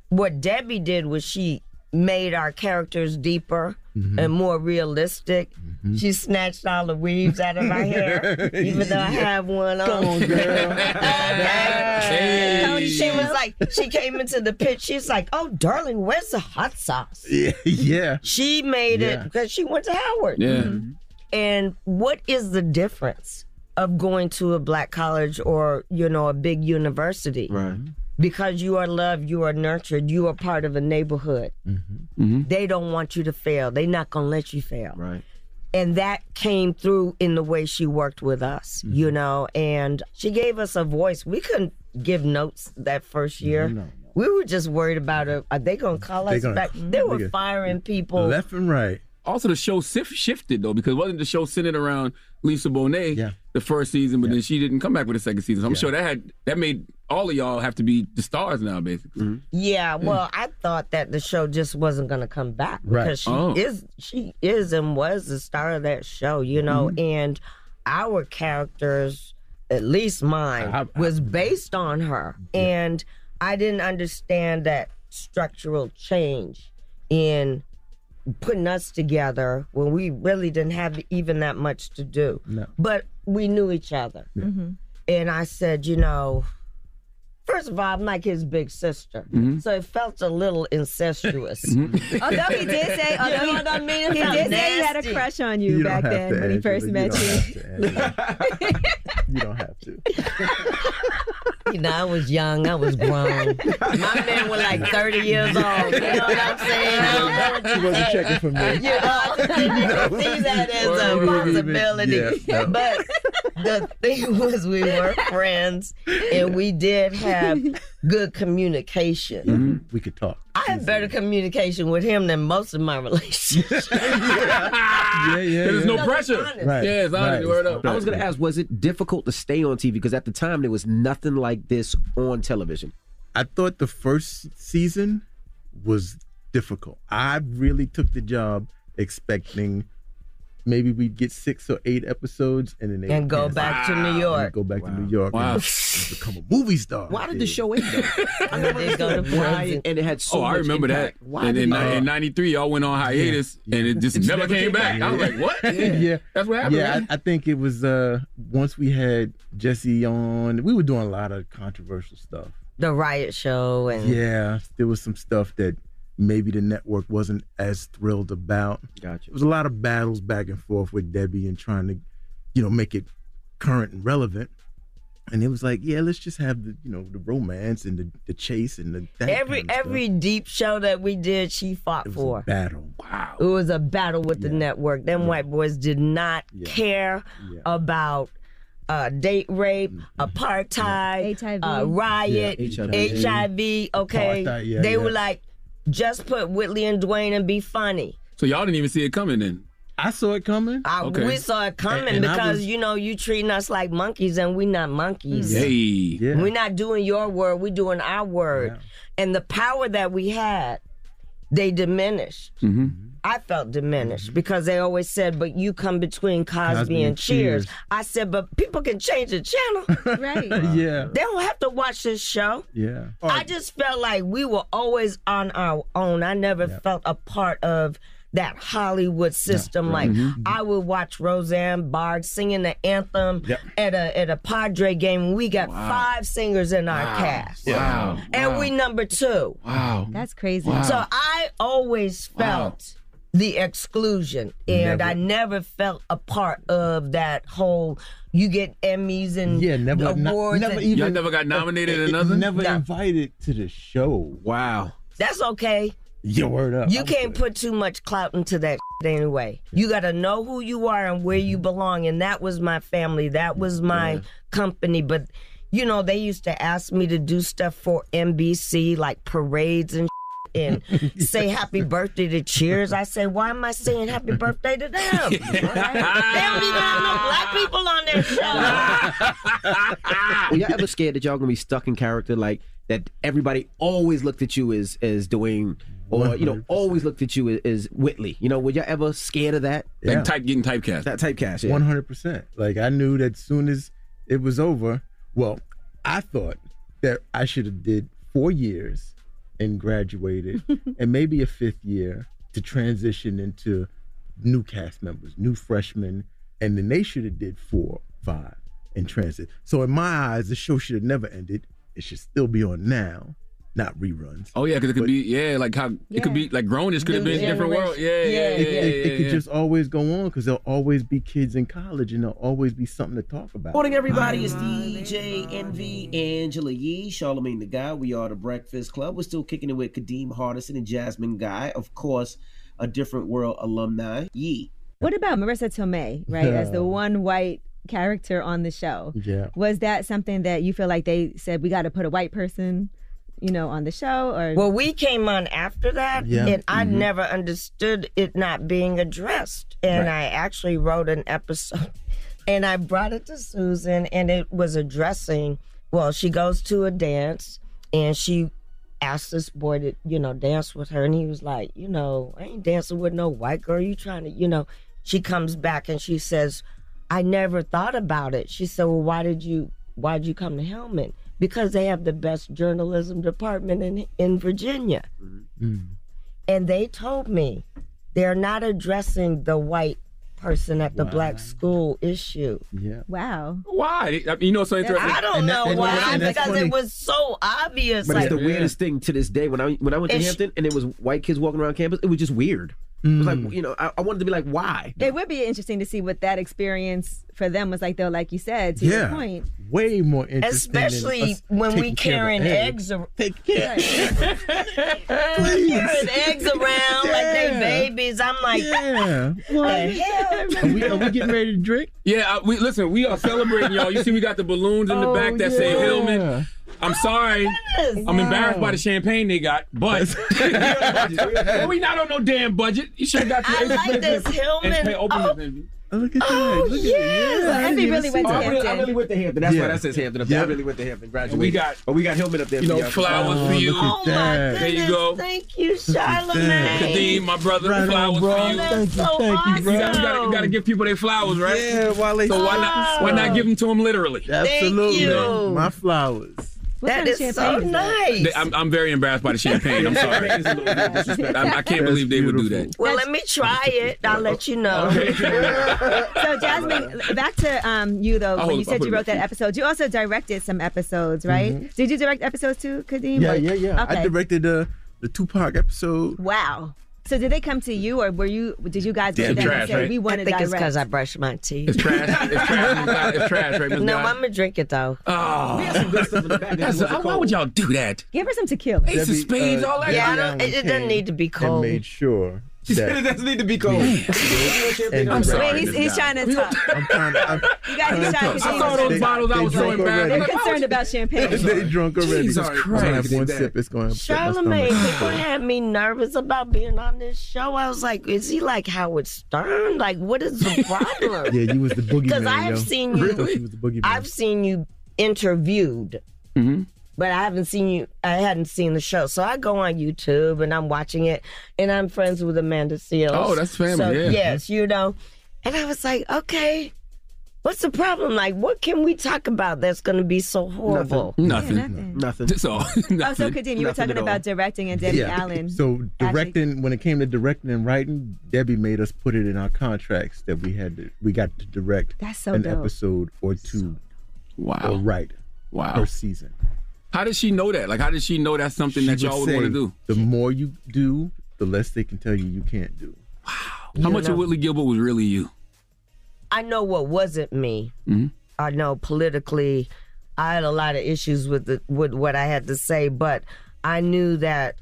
what Debbie did was she made our characters deeper
Mhm.
and more realistic.
Mm-hmm.
She snatched all the weaves out of my hair, even though I
Yeah.
have one on.
Go on, girl. Hey.
Okay. She was like, she came into the pitch. She's like, "Oh, darling, where's the hot sauce?"
Yeah, yeah.
She made
Yeah.
it because she went to Howard.
Mm-hmm.
And what is the difference of going to a black college or, you know, a big university?
Right.
Because you are loved, you are nurtured, you are part of a neighborhood.
Mm-hmm.
They don't want you to fail. They're not going to let you fail.
Right.
And that came through in the way she worked with us, you know, and she gave us a voice. We couldn't give notes that first year.
no, no.
We were just worried about it. Are they going to call
They
us
gonna-
back? They were
Nigga.
firing people.
and right.
Also, the show sif- shifted though because wasn't the show centered around Lisa Bonet the first season, but then she didn't come back with a second season. So I'm sure that had that made all of y'all have to be the stars now, basically.
Mm-hmm.
Yeah, well, I thought that the show just wasn't gonna come back
Mm. Right.
because she
Oh.
is she is and was the star of that show, you know,
Mm-hmm.
and our characters, at least mine,
Uh,
was based on her. And I didn't understand that structural change in putting us together when we really didn't have even that much to do.
No.
But we knew each other.
Mhm.
And I said, you know, First of all, I'm like his big sister,
Mhm.
so it felt a little incestuous. Mm-hmm.
Although he did say,
You
although
know
he,
what I mean?
he did say he had a
Nasty.
crush on you,
You don't
back
have
then
to
when he
answer
first
it. You
met
don't
you.
have You know, I was young, I was grown. My men were like 30 years old. You know what I'm saying? I don't know what
She
you
wasn't
say.
checking for me.
You know, I didn't see that as a
Or- or-
possibility.
yeah, no.
But the thing was, we were friends, and we did have good communication.
Mm-hmm. We could talk.
I had better communication with him than most of my relationships.
Yeah, yeah.
There's no pressure.
Right.
Yeah, it's honest.
Right.
Word up.
I was going to ask, was it difficult to stay on TV? Because at the time, there was nothing like this on television.
I thought the first season was difficult. I really took the job expecting maybe we'd get six or eight episodes and then they
And
would
go
cancel.
back to New
And
York.
Go back to New York.
Wow.
and become a movie star.
Why did the show end? though? I never understood
prison.
why it- and it had so
oh,
much
I remember
impact.
that.
Why
and
did
in,
it-
in '93, y'all went on hiatus, and it just
It's
never, came back. I was like, what?
Yeah.
That's what happened.
Yeah,
right?
I, I think it was uh once we had Jesse on, we were doing a lot of controversial stuff.
the riot show and
Mm-hmm.
Yeah, there was some stuff that maybe the network wasn't as thrilled about.
Gotcha.
It was a lot of battles back and forth with Debbie and trying to, you know, make it current and relevant. And it was like, yeah, let's just have the, you know, the romance and the, the chase and the that
every
kind of
every
stuff.
deep show that we did, she fought
It was a
for.
battle.
Wow.
It was a battle with the network. Them white boys did not
Yeah. Mm-hmm.
care about uh, date rape, apartheid, uh, riot,
Yeah,
HIV.
HIV.
Okay,
Apartheid, yeah,
they
yeah.
were like, just put Whitley and Dwayne and be funny.
So y'all didn't even see it coming then.
I saw it coming.
I, We saw it coming because you know you treating us like monkeys and we not monkeys.
Hey.
We're not doing your word, we're doing our word. And the power that we had, they diminished. I felt diminished because they always said, but you come between Mm-hmm. Cosby,
Cosby
and
and
Cheers.
Cheers.
I said, but people can change the channel. Right.
Yeah.
They don't have to watch this show.
Yeah.
I just felt like we were always on our own. I never felt a part of that Hollywood system.
Mm-hmm.
Like
Mhm.
I would watch Roseanne Barr singing the anthem
Yep.
at a at a Padre game. We got
Wow.
five singers in our cast.
Wow.
And we number two.
Wow.
That's crazy.
So I always felt the exclusion, and I never felt a part of that whole. You get Emmys and
Yeah, never, not-
awards.
never
and-
even.
never got nominated
or
or nothing?
Never invited to the show.
Wow.
That's okay.
Your word up.
You can't put too much clout into that anyway. You got to know who you are and where
Mm-hmm.
you belong. And that was my family. That was my company. But, you know, they used to ask me to do stuff for NBC, like parades and and say happy birthday to Cheers. I say, why am I saying happy birthday to them? Right? they don't even have no black people on their show.
Were y'all ever scared that y'all gonna be stuck in character, like that everybody always looked at you as as Dwayne, or you know, always looked at you as, as Whitley? You know, were y'all ever scared of that?
Like Yeah. type-
getting typecast.
That typecast, yeah.
One hundred percent. Like I knew that soon as it was over. Well, I thought that I should have did four years and graduated, and maybe a fifth year to transition into new cast members, new freshmen, and then they should have did four, five, and transit. So in my eyes, the show should have never ended. It should still be on now, not reruns.
Oh yeah, because it could be yeah, like how it could be like grownish could have been a different world. Yeah, yeah, yeah.
It, it- it
yeah,
could
yeah.
just always go on because there'll always be kids in college and there'll always be something to talk about.
Morning, everybody. It's DJ NV Angela Yee, Charlemagne the Guy. We are the Breakfast Club. We're still kicking it with Kadeem Hardison and Jasmine Guy, of course, a different world alumni. Yee.
What about Marissa Tomei, right? As the one white character on the show.
Yeah.
Was that something that you feel like they said we got to put a white person, you know, on the show or
Well, we came on after that,
Yeah.
and I
Mhm.
never understood it not being addressed. And
Right.
I actually wrote an episode, and I brought it to Susan, and it was addressing. Well, she goes to a dance, and she asked this boy to, you know, dance with her, and he was like, you know, I ain't dancing with no white girl. You trying to, you know? She comes back and she says, I never thought about it. She said, Well, why did you why did you come to Hellman? Because they have the best journalism department in in Virginia.
Mm-hmm.
And they told me they're not addressing the white person at the black school issue.
Yeah.
Wow.
Why? I mean, You know, so interesting.
I don't
And that-
know
and
why
that's- and that's
because
funny.
it was so obvious.
But
like,
it's the weirdest thing to this day. When I when I went to
It's-
Hampton and it was white kids walking around campus, it was just weird. It was like you know, I, I wanted to be like, why?
It would be interesting to see what that experience for them was like though like you said to your
Yeah.
point.
Way more interesting. than
Especially
us
when
taking
we
care of
carrying
the
eggs. ar-
Please.
carrying eggs around like they
Yeah.
babies. I'm like,
Yeah.
the hell?
Are we, are we getting ready to drink?
Yeah, uh, we listen. We are celebrating, y'all. You see, we got the balloons in the
Oh,
back that say
yeah.
Hillman. I'm sorry. I'm embarrassed by the champagne they got, but Well, we not on no damn budget. You should have got your
I
agent
like this
and
Hillman.
pay open
Oh.
baby.
Look at
Oh,
that. Look
yes.
at that.
I didn't even see that.
I really, I really went to Hampton. That's
Yeah.
why that says Hampton up there. I really went to Hampton. Graduated.
we got-
but we got Hillman up there.
You know,
for y'all. Oh,
flowers for you.
Oh,
look at that.
There you go.
Thank you,
Kadeem,
Charlamagne.
my brother,
Right on,
flowers
bro.
for you.
Thank you, thank you, bro.
You gotta, you gotta- you gotta give people their flowers, right?
Yeah, Wale.
So why not? Why not give them to them literally?
Absolutely.
know?
My flowers.
That is so nice.
They- I'm, I'm very embarrassed by the champagne. I'm sorry. I'm, I can not believe they would do that.
Well, let me try it. I'll let you know.
So Jasmine, back to um, you though.
I'll
when
hold
you
it- I'll
said
put
you
it
wrote
back.
that episode, you also directed some episodes, right?
Mhm.
Did you direct episodes too, Kadeem?
Yeah,
Or-
yeah, yeah.
Okay.
I directed the the Tupac episode.
Wow. So did they come to you, or were you? Did you guys go to
Damn
them
trash,
and say
right?
we want
I
to
think
direct?
it's because I brushed my teeth. It's
trash. It's trash. It's trash, right, Miss Oh.
No,
Guy?
I'm gonna drink it though.
That's a- why would y'all do that?
Give her some tequila.
Ace
uh,
of spades, all that.
Yeah, I don't, it, it doesn't need to be
And
cold.
made sure.
She said it doesn't need to be cold.
And
I'm sorry,
Wait, he's,
Miss
he's
Guy.
trying to talk.
I'm trying to. I'm,
You guys are trying to.
I saw those bottles, I was so embarrassed.
They're concerned about champagne.
they drunk already.
Jesus
I'm
Christ.
gonna have one sip. It's going to upset my
Charlemagne, people
stomach.
had me nervous about being on this show. I was like, is he like Howard Stern? Like, what is the problem?
Yeah, you was the boogeyman.
Because I have
yo.
seen you.
I thought you was the boogeyman.
I've seen you interviewed, but I haven't seen you. I hadn't seen the show, so I go on YouTube and I'm watching it, and I'm friends with Amanda Seals.
Oh, that's family,
So,
yeah.
Yes, you know, and I was like, okay. What's the problem? Like, what can we talk about that's going to be so horrible?
Nothing.
nothing.
Nothing.
That's all.
Oh, so Kadeem, you were talking about directing and Debbie Allen.
So directing, when it came to directing and writing, Debbie made us put it in our contracts that we had to, we got to direct
That's so
an
dope.
episode or two,
wow,
or write,
Wow.
per season.
How did she know that? Like, how did she know that's something that
She
y'all
would
would want to
say, The
do?
more you do, the less they can tell you you can't do.
How much
know.
of Whitley Gilbert was really you? Mm-hmm.
I know what wasn't me. I know politically, I had a lot of issues with the, with what I had to say, but I knew that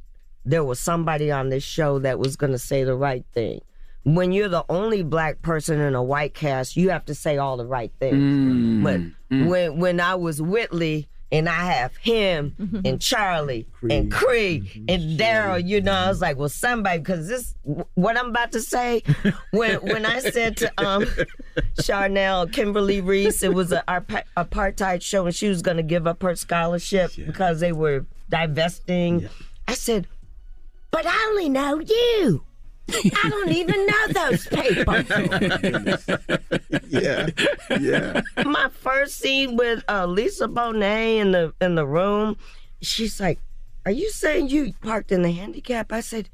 there was somebody on this show that was going to say the right thing. When you're the only black person in a white cast, you have to say all the right things.
Mm,
But
mm.
when when I was Whitley and I have him and Charlie and
Mm-hmm.
Craig and Daryl, you know, I was like, well, somebody, because this what I'm about to say. when when I said to um Charnel Kimberly Reese, it was an apartheid show, and she was going to give up her scholarship because they were divesting. I said, but I only know you. I don't even know those people.
yeah. Yeah.
My first scene with uh, Lisa Bonet in the in the room, she's like, "Are you saying you parked in the handicap?" I said,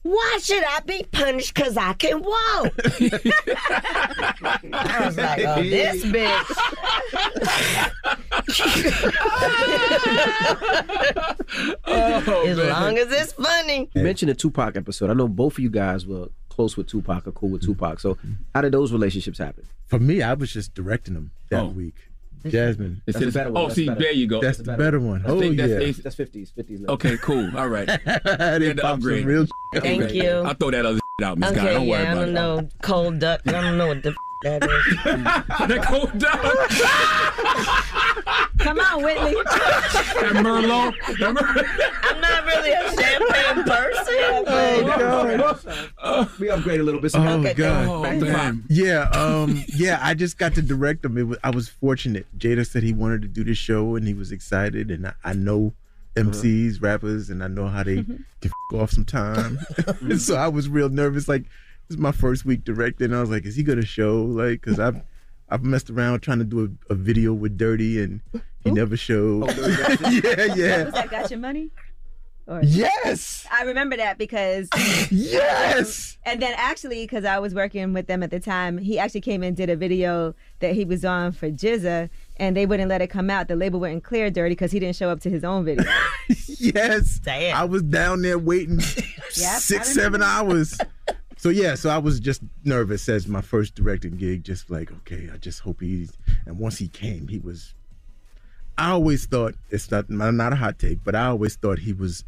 "Why should I be punished? Cause I can walk." I was like, "Oh, this bitch."
Oh,
as
man.
long as it's funny.
You mentioned the Tupac episode. I know both of you guys were close with Tupac or cool
Mm-hmm.
with Tupac. So how did those relationships happen?
For me, I was just directing them that week. Jasmine.
It's the better one.
Oh,
That's
see,
better.
there you go.
That's the better one.
That's
Oh,
the- that's
yeah.
the-
That's 50s, 50s. level.
Okay, cool. All right.
They
had to
popped some
upgrade.
real
Thank
Upgrade.
you.
I'll throw that other out, Oh, Miss
Okay,
Guy. Don't worry
yeah, I
about
don't
it.
know. Cold duck. I don't know what the that is.
that cold
Come on, Whitley.
that Merlot.
I'm not really a champagne person.
we upgrade a little bit.
Oh
Okay,
god!
go. Back to mine.
yeah, um, yeah. I just got to direct them. It was, I was fortunate. Jada said he wanted to do this show, and he was excited. And I, I know
Uh-huh.
MCs, rappers, and I know how they can f- off some time. so I was real nervous. Like this is my first week directing. I was like, is he gonna show? Like, cause I've I've messed around trying to do a, a video with Dirty, and he never
Oh,
showed. yeah,
Was
yeah.
that got your money? Or-
Yes.
I remember that because um,
yes.
And then actually, because I was working with them at the time, he actually came and did a video that he was on for Jizza, and they wouldn't let it come out. The label wouldn't clear Dirty because he didn't show up to his own video.
Yes. I was down there waiting six, seven hours. So yeah, so I was just nervous as my first directing gig, just like, okay, I just hope he's and once he came, he was I always thought it's not not a hot take, but I always thought he was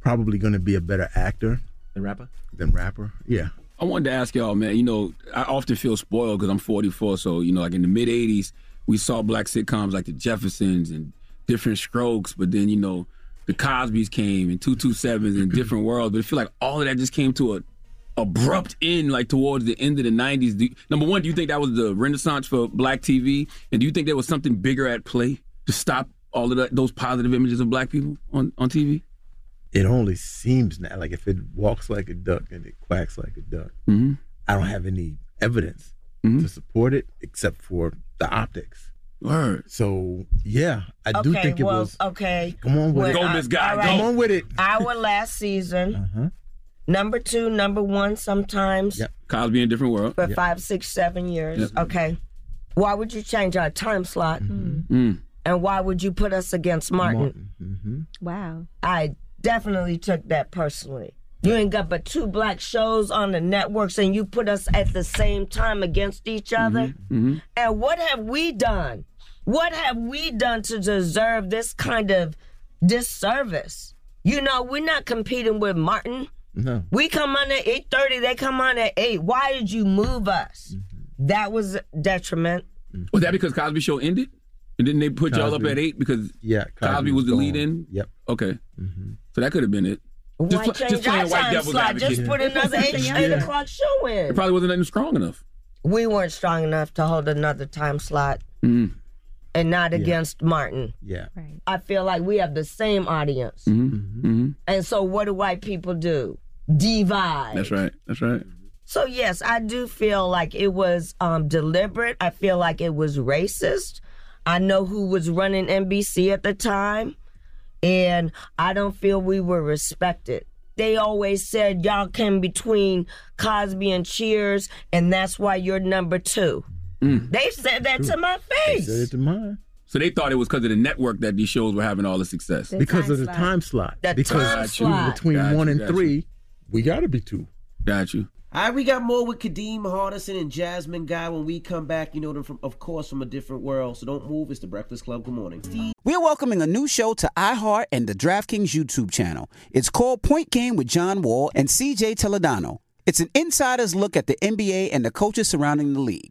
probably gonna be a better actor
The rapper?
than rapper. Yeah.
I wanted to ask y'all, man. You know, I often feel spoiled because I'm 44. So you know, like in the mid 80s, we saw black sitcoms like The Jeffersons and Different Strokes. But then you know, The Cosby's came and 227s and Different Worlds. But I feel like all of that just came to a abrupt end, like towards the end of the 90s. Do, number one, do you think that was the renaissance for black TV? And do you think there was something bigger at play to stop all of that, those positive images of black people on on TV?
It only seems now like if it walks like a duck and it quacks like a duck,
Mhm.
I don't have any evidence to support it except for the optics.
Word.
So yeah, I
okay,
do think it
well,
was
okay.
Come on with
Well,
it.
uh, all right.
Come on with it.
Our last season,
Uh-huh.
number two, number one, sometimes
Cosby and Different World.
for five, six, seven years.
Yep.
Okay, why would you change our time slot?
Mm-hmm.
Mm-hmm.
Mm.
And why would you put us against Martin?
Mm-hmm.
Wow.
I definitely took that personally. You ain't got but two black shows on the networks, and you put us at the same time against each other.
Mm-hmm.
And what have we done? What have we done to deserve this kind of disservice? You know, we're not competing with Martin.
No.
We come on at 8:30, they come on at 8. Why did you move us? That was detriment.
Was that because Cosby Show ended? And didn't they put y'all up
Cosby.
at eight because
Yeah,
Cosby, was, the
gone.
lead in?
Yep. Mm-hmm.
Okay. So that could have been it.
Why
pl-
change our
playing white
time
devil's
slot?
advocate.
Just put another 8,
Yeah.
8 o'clock show
It
in.
probably wasn't nothing strong enough.
We weren't strong enough to hold another time slot
Mm.
and not against Martin.
Yeah.
I feel like we have the same audience.
Mm-hmm. Mm-hmm.
And so, what do white people do? Divide.
That's right. That's right.
So, yes, I do feel like it was um, deliberate. I feel like it was racist. I know who was running NBC at the time, and I don't feel we were respected. They always said, y'all came between Cosby and Cheers, and that's why you're number two. They said that to my face.
Mm. Said it to mine.
So they thought it was because of the network that these shows were having all the success.
because of the time slot.
The
because
time slot.
between
Got you,
one and
got you.
three, we got to be two.
Got you.
All right, we got more with Kadeem Hardison and Jasmine Guy when we come back. You know them from, of course, from a different world. So don't move. It's the Breakfast Club. Good morning.
We're welcoming a new show to iHeart and the DraftKings YouTube channel. It's called Point Game with John Wall and CJ Toledano. It's an insider's look at the NBA and the coaches surrounding the league.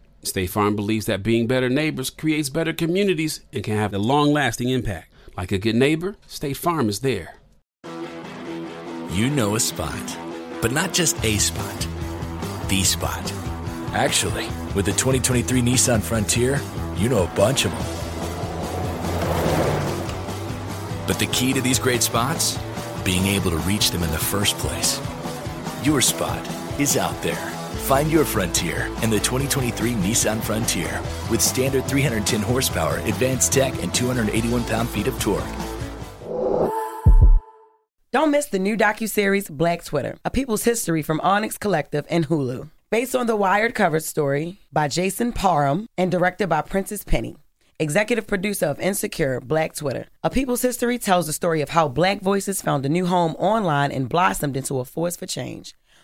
State Farm believes that being better neighbors creates better communities and can have a long lasting impact. Like a good neighbor, State Farm is there.
You know a spot, but not just a spot, the spot. Actually, with the 2023 Nissan Frontier, you know a bunch of them. But the key to these great spots? Being able to reach them in the first place. Your spot is out there. Find your frontier in the 2023 Nissan Frontier with standard 310 horsepower, advanced tech, and 281 pound feet of torque.
Don't miss the new docuseries Black Twitter, A People's History from Onyx Collective and Hulu. Based on the Wired cover story by Jason Parham and directed by Princess Penny. Executive producer of Insecure, Black Twitter. A People's History tells the story of how black voices found a new home online and blossomed into a force for change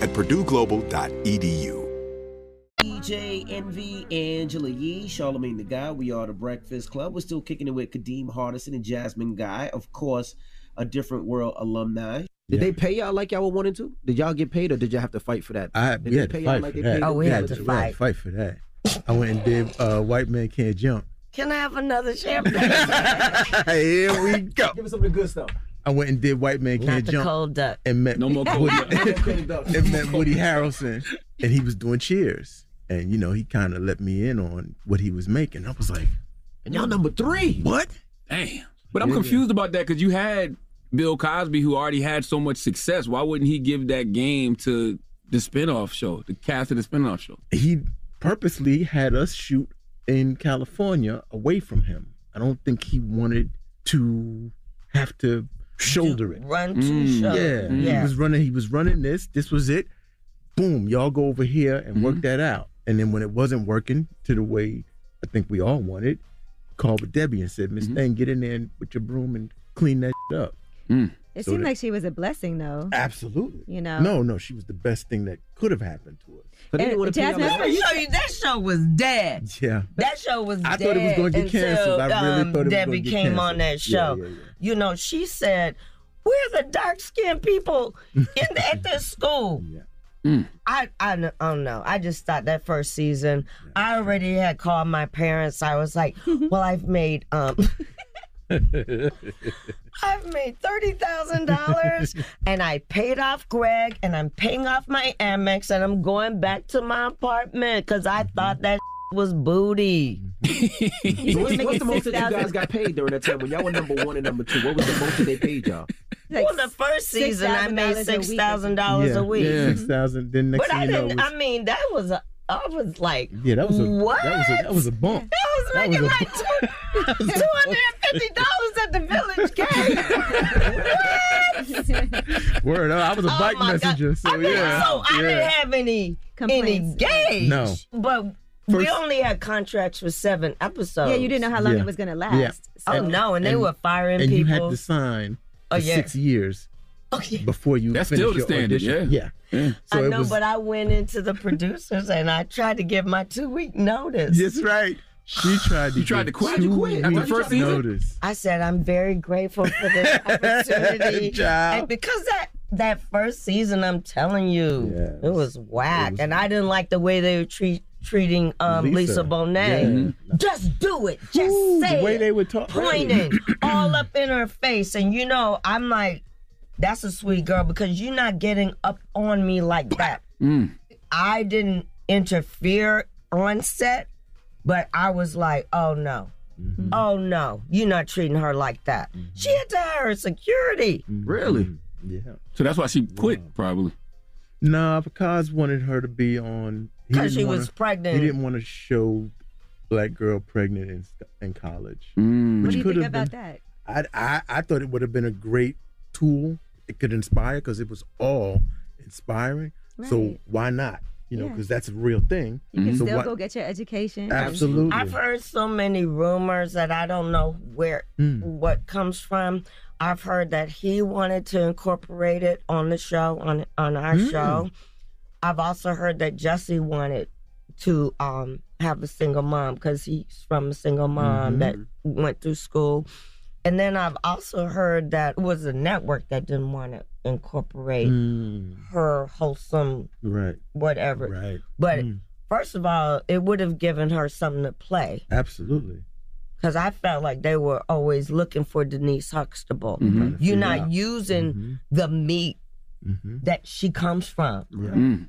at purdueglobal.edu.
DJ NV, Angela Yee, Charlemagne the Guy. We are the Breakfast Club. We're still kicking it with Kadeem Hardison and Jasmine Guy, of course, a different world alumni.
Did they pay y'all like y'all were wanting to? Did y'all get paid or did y'all have to fight for that?
I had,
did
we had to fight for that.
Oh, we had
had
to
we
fight.
fight for that. I went and did uh, White Man Can't Jump.
Can I have another champagne?
Here we go.
Give us some of the good stuff.
I went and did White Man Can't
the
Jump.
cold duck.
And met
No more cold
Woody,
duck. No more cold duck.
and met Woody Harrelson, and he was doing Cheers, and you know he kind of let me in on what he was making. I was like,
And y'all number three.
What?
Damn. But I'm confused about that because you had Bill Cosby who already had so much success. Why wouldn't he give that game to the spinoff show, the cast of the spinoff show?
he purposely had us shoot in California away from him. I don't think he wanted to have to shoulder it.
Run
to
shoulder.
Yeah.
Yeah.
He was running, he was running this. This was it. Boom, y'all go over here and work that out. And then when it wasn't working to the way I think we all wanted, called with Debbie and said, Miss Thing, get in there and- with your broom and clean that shit up.
It
So
seemed
that-
like she was a blessing, though.
Absolutely.
You know.
No, no, she was the best thing that could have happened to us.
But And anyone- Jasmine-
Let me show you, that show was dead.
Yeah.
That show was
I
dead
thought it was gonna get
until,
canceled. I really
um,
thought it was gonna
Debbie
get
came on that
canceled.
show.
Yeah, yeah, yeah.
You know, she said, "Where are the dark skinned people in the, at this school?" I, I kn- I don't know. I just thought that first season. I already had called my parents. I was like, "Well, I've made um, I've made thirty thousand dollars, and I paid off Greg, and I'm paying off my Amex, and I'm going back to my apartment because I
Mm-hmm.
thought that was booty."
So what's, what's the most that you guys got paid during that time when y'all were number one and number two? What was the most that they paid y'all?
well, the first season I
$6,000
made
a week.
six thousand dollars
Yeah,
a week.
Yeah, six thousand. Then next
But I
thing you know,
didn't.
it was-
I mean, that was a. I was like,
yeah, that was a
what?
that was a that was a bump.
That was
That
making
was a-
like two hundred and fifty dollars at the village game. What?
Word up. I was a
Oh
bike
my God.
messenger. So
I mean,
yeah.
so I
yeah.
didn't have any any
Complaints.
gauge.
No.
but we only had contracts for seven episodes.
Yeah, you didn't know how long it was gonna last.
Oh
And-
no, and they were firing
and
people.
you had to sign
Oh,
for
yeah.
six years Oh, before you
That's
finish
still the
your
standard,
audition.
yeah.
So
I
it
know,
was,
but I went into the producers and I tried to give my two week notice.
That's right. She tried to.
You tried to
give
quit? Why'd you
two
quit after the
weeks'
first season?
Notice.
I said, I'm very grateful for this opportunity.
Child.
And because that that first season, I'm telling you, it was whack. and I didn't like the way they were treat, treating um, Lisa.
Lisa.
Bonet. Just do it. Just say
the way
it.
they were talking.
Pointing all up in her face. And you know, I'm like, that's a sweet girl because you're not getting up on me like that.
Mm.
I didn't interfere on set, but I was like, oh no. Oh no, you're not treating her like that. She had to hire security.
Really?
Mm-hmm.
Yeah.
So that's why she quit, probably.
Nah, because wanted her to be on. he
'Cause
didn't
she
wanna-
was pregnant.
He didn't want to show black girl pregnant in, in college.
Mm. What do you
could
think
have
about
Mm. been-
that?
I, I I thought it would have been a great tool. It could inspire because it was all inspiring. So
Right.
why not? You know,
Yeah.
because that's a real thing.
You can
so
still
why-
go get your education.
Absolutely.
Mm-hmm. I've heard so many rumors that I don't know where
Mm.
what comes from. I've heard that he wanted to incorporate it on the show on on our
Mm.
show. I've also heard that Jesse wanted to um have a single mom because he's from a single mom
Mhm.
Mm-hmm.
that went through school. And then I've also heard that it was a network that didn't want to incorporate
Mm.
her wholesome
Right.
whatever.
Right. Mm.
But first of all, it would have given her something to play
Absolutely.
because I felt like they were always looking for Denise Huxtable.
Mm-hmm.
Mhm.
You're
Yeah.
not using
Mm-hmm.
the meat
Mm-hmm.
that she comes from.
Right.
Mm.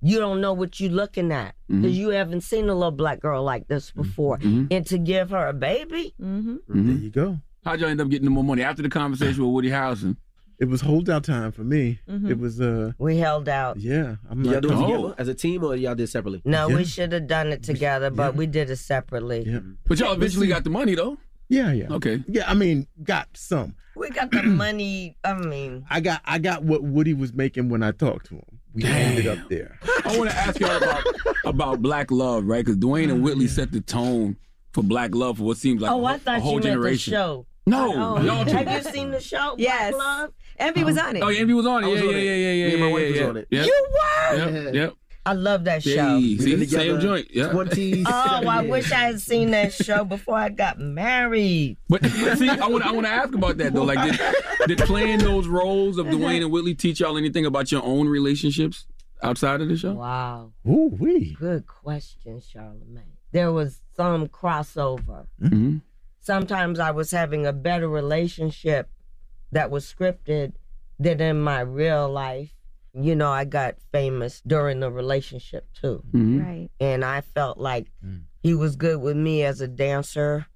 You don't know what you're looking at because
Mhm.
you haven't seen a little black girl like this
Mm-hmm.
before.
Mhm.
And to give her a baby,
There
Mm-hmm.
you go.
How'd y'all end up getting more money after the conversation with Woody Harrelson?
It was holdout time for me.
Mhm.
It was uh
we held out.
yeah. I'm
Y'all
like,
do it
oh.
together as a team or y'all did separately?
No, we should have done it together, but we did it separately.
But y'all eventually got the money though.
Yeah, yeah.
Okay.
Yeah, I mean, got some.
We got the money. I mean,
I got I got what Woody was making when I talked to him. We ended up there.
I want to ask y'all about, about black love, right? Because Dwayne and
Mm-hmm.
Whitley set the tone for black love for what seems like
oh,
a,
I
whole-
thought
a whole
you
generation.
meant the show.
No,
Oh,
y'all two.
have you seen the show?
Yes.
Black Love?
Envy was on it.
Oh, yeah, Envy was on it.
I was
yeah,
on
yeah,
it.
yeah, yeah, yeah.
Me and my
yeah,
wife was
yeah.
on it.
Yep.
You were.
Yep. yep.
I love that
Hey,
show.
see,
We've been
same
together
joint. Yeah.
20
Oh, I wish I had seen that show before I got married.
But, but see, I want I want to ask about that though. Like, did, did playing those roles of Dwayne and Whitley teach y'all anything about your own relationships outside of the show?
Wow.
Ooh wee.
Good question, Charlemagne. There was some crossover.
Mm-hmm.
Sometimes I was having a better relationship that was scripted than in my real life. You know, I got famous during the relationship too.
Mm-hmm.
Mm-hmm.
Mhm. Right.
And I felt like
Mm.
he was good with me as a dancer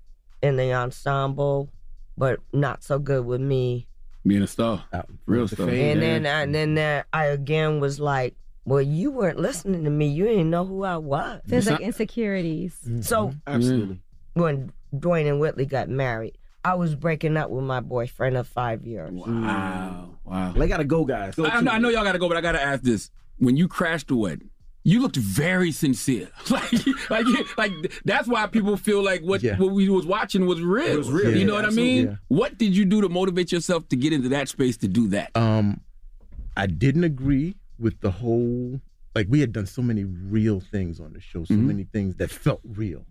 in the ensemble, but not so good with me
Being a star, real star.
And then I, and then that I again was like, well, you weren't listening to me. You didn't know who I was.
Mm-hmm.
There's like insecurities.
So
Mm.
Absolutely.
when Dwayne and Whitley got married, I was breaking up with my boyfriend of five years.
Wow. Wow.
They gotta go, guys.
I, know, I know y'all gotta go, but I gotta ask this. When you crashed the wedding, you looked very sincere. like, like, like that's why people feel like what, what we was watching was real.
It was real.
you
Yeah,
know what I
absolutely,
mean?
yeah.
What did you do to motivate yourself to get into that space to do that?
Um, I didn't agree with the whole like we had done so many real things on the show, so
Mhm.
many things that felt real.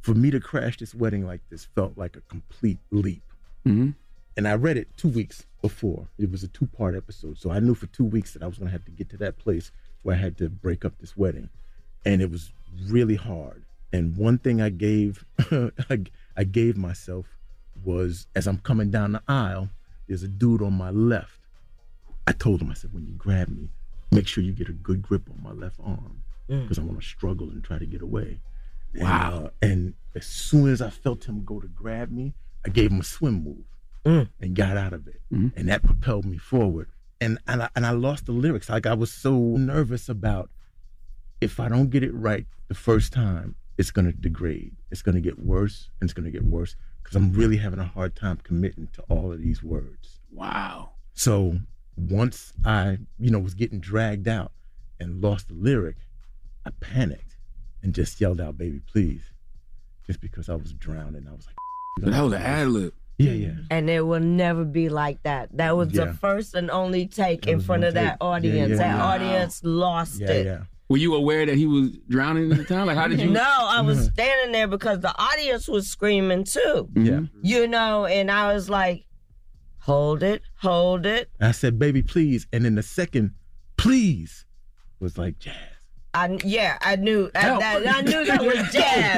For me to crash this wedding like this felt like a complete leap.
Mm-hmm.
And I read it two weeks before. It was a two-part episode, so I knew for two weeks that I was gonna have to get to that place where I had to break up this wedding, and it was really hard. And one thing I gave, I, I gave myself was as I'm coming down the aisle, there's a dude on my left. I told him, I said, when you grab me, make sure you get a good grip on my left arm
Mm.
because I'm gonna struggle and try to get away. And,
Wow.
uh, and as soon as I felt him go to grab me, I gave him a swim move
Mm.
and got out of it, and that propelled me forward. And and I, and I lost the lyrics. Like I was so nervous about if I don't get it right the first time, it's gonna degrade. It's gonna get worse, and it's gonna get worse because I'm really having a hard time committing to all of these words.
Wow.
So once I, you know, was getting dragged out and lost the lyric, I panicked and just yelled out, "Baby, please," just because I was drowning. I was like,
That was an ad lib.
Yeah, yeah.
And it will never be like that. That was
Yeah.
the first and only take in front of that
Yeah,
audience.
yeah.
That
Wow.
audience lost it.
Were you aware that he was drowning at the time? Like, how did you?
No, I was
Mm-hmm.
standing there because the audience was screaming too.
Yeah.
You know, and I was like, hold it, hold it.
And I said, "Baby, please," and then the second, "Please," was like, "Jazz."
I yeah, I knew I,
Help.
that, I knew that was
Yeah.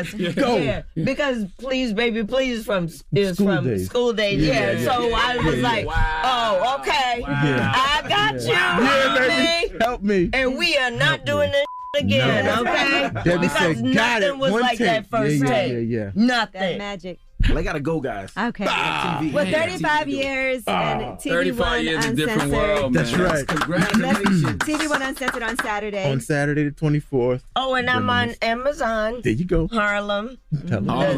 jazz.
Yeah. Go.
Yeah, because please, baby, please from is
School
from
days.
school days.
Yeah,
Yeah,
yeah,
so
yeah.
I was
Yeah, yeah.
like, oh, okay,
Yeah.
I got
Yeah.
you,
Yeah,
honey.
baby, help me.
And we are not doing this again,
No.
okay?
Debbie
because
said,
nothing
"Got it."
was
One
like
take.
that first
Yeah, yeah,
take.
yeah, yeah.
Nothing.
That magic.
They gotta go, guys.
Okay.
Ah,
well,
man.
35 years and
Ah,
TV
35
One
years is
uncensored.
a different world,
That's
man.
right.
TV One uncensored on Saturday.
On Saturday the 24th.
Oh, and I'm on Amazon.
There you go.
Harlem.
Tell 'em.
The TV
Oh, I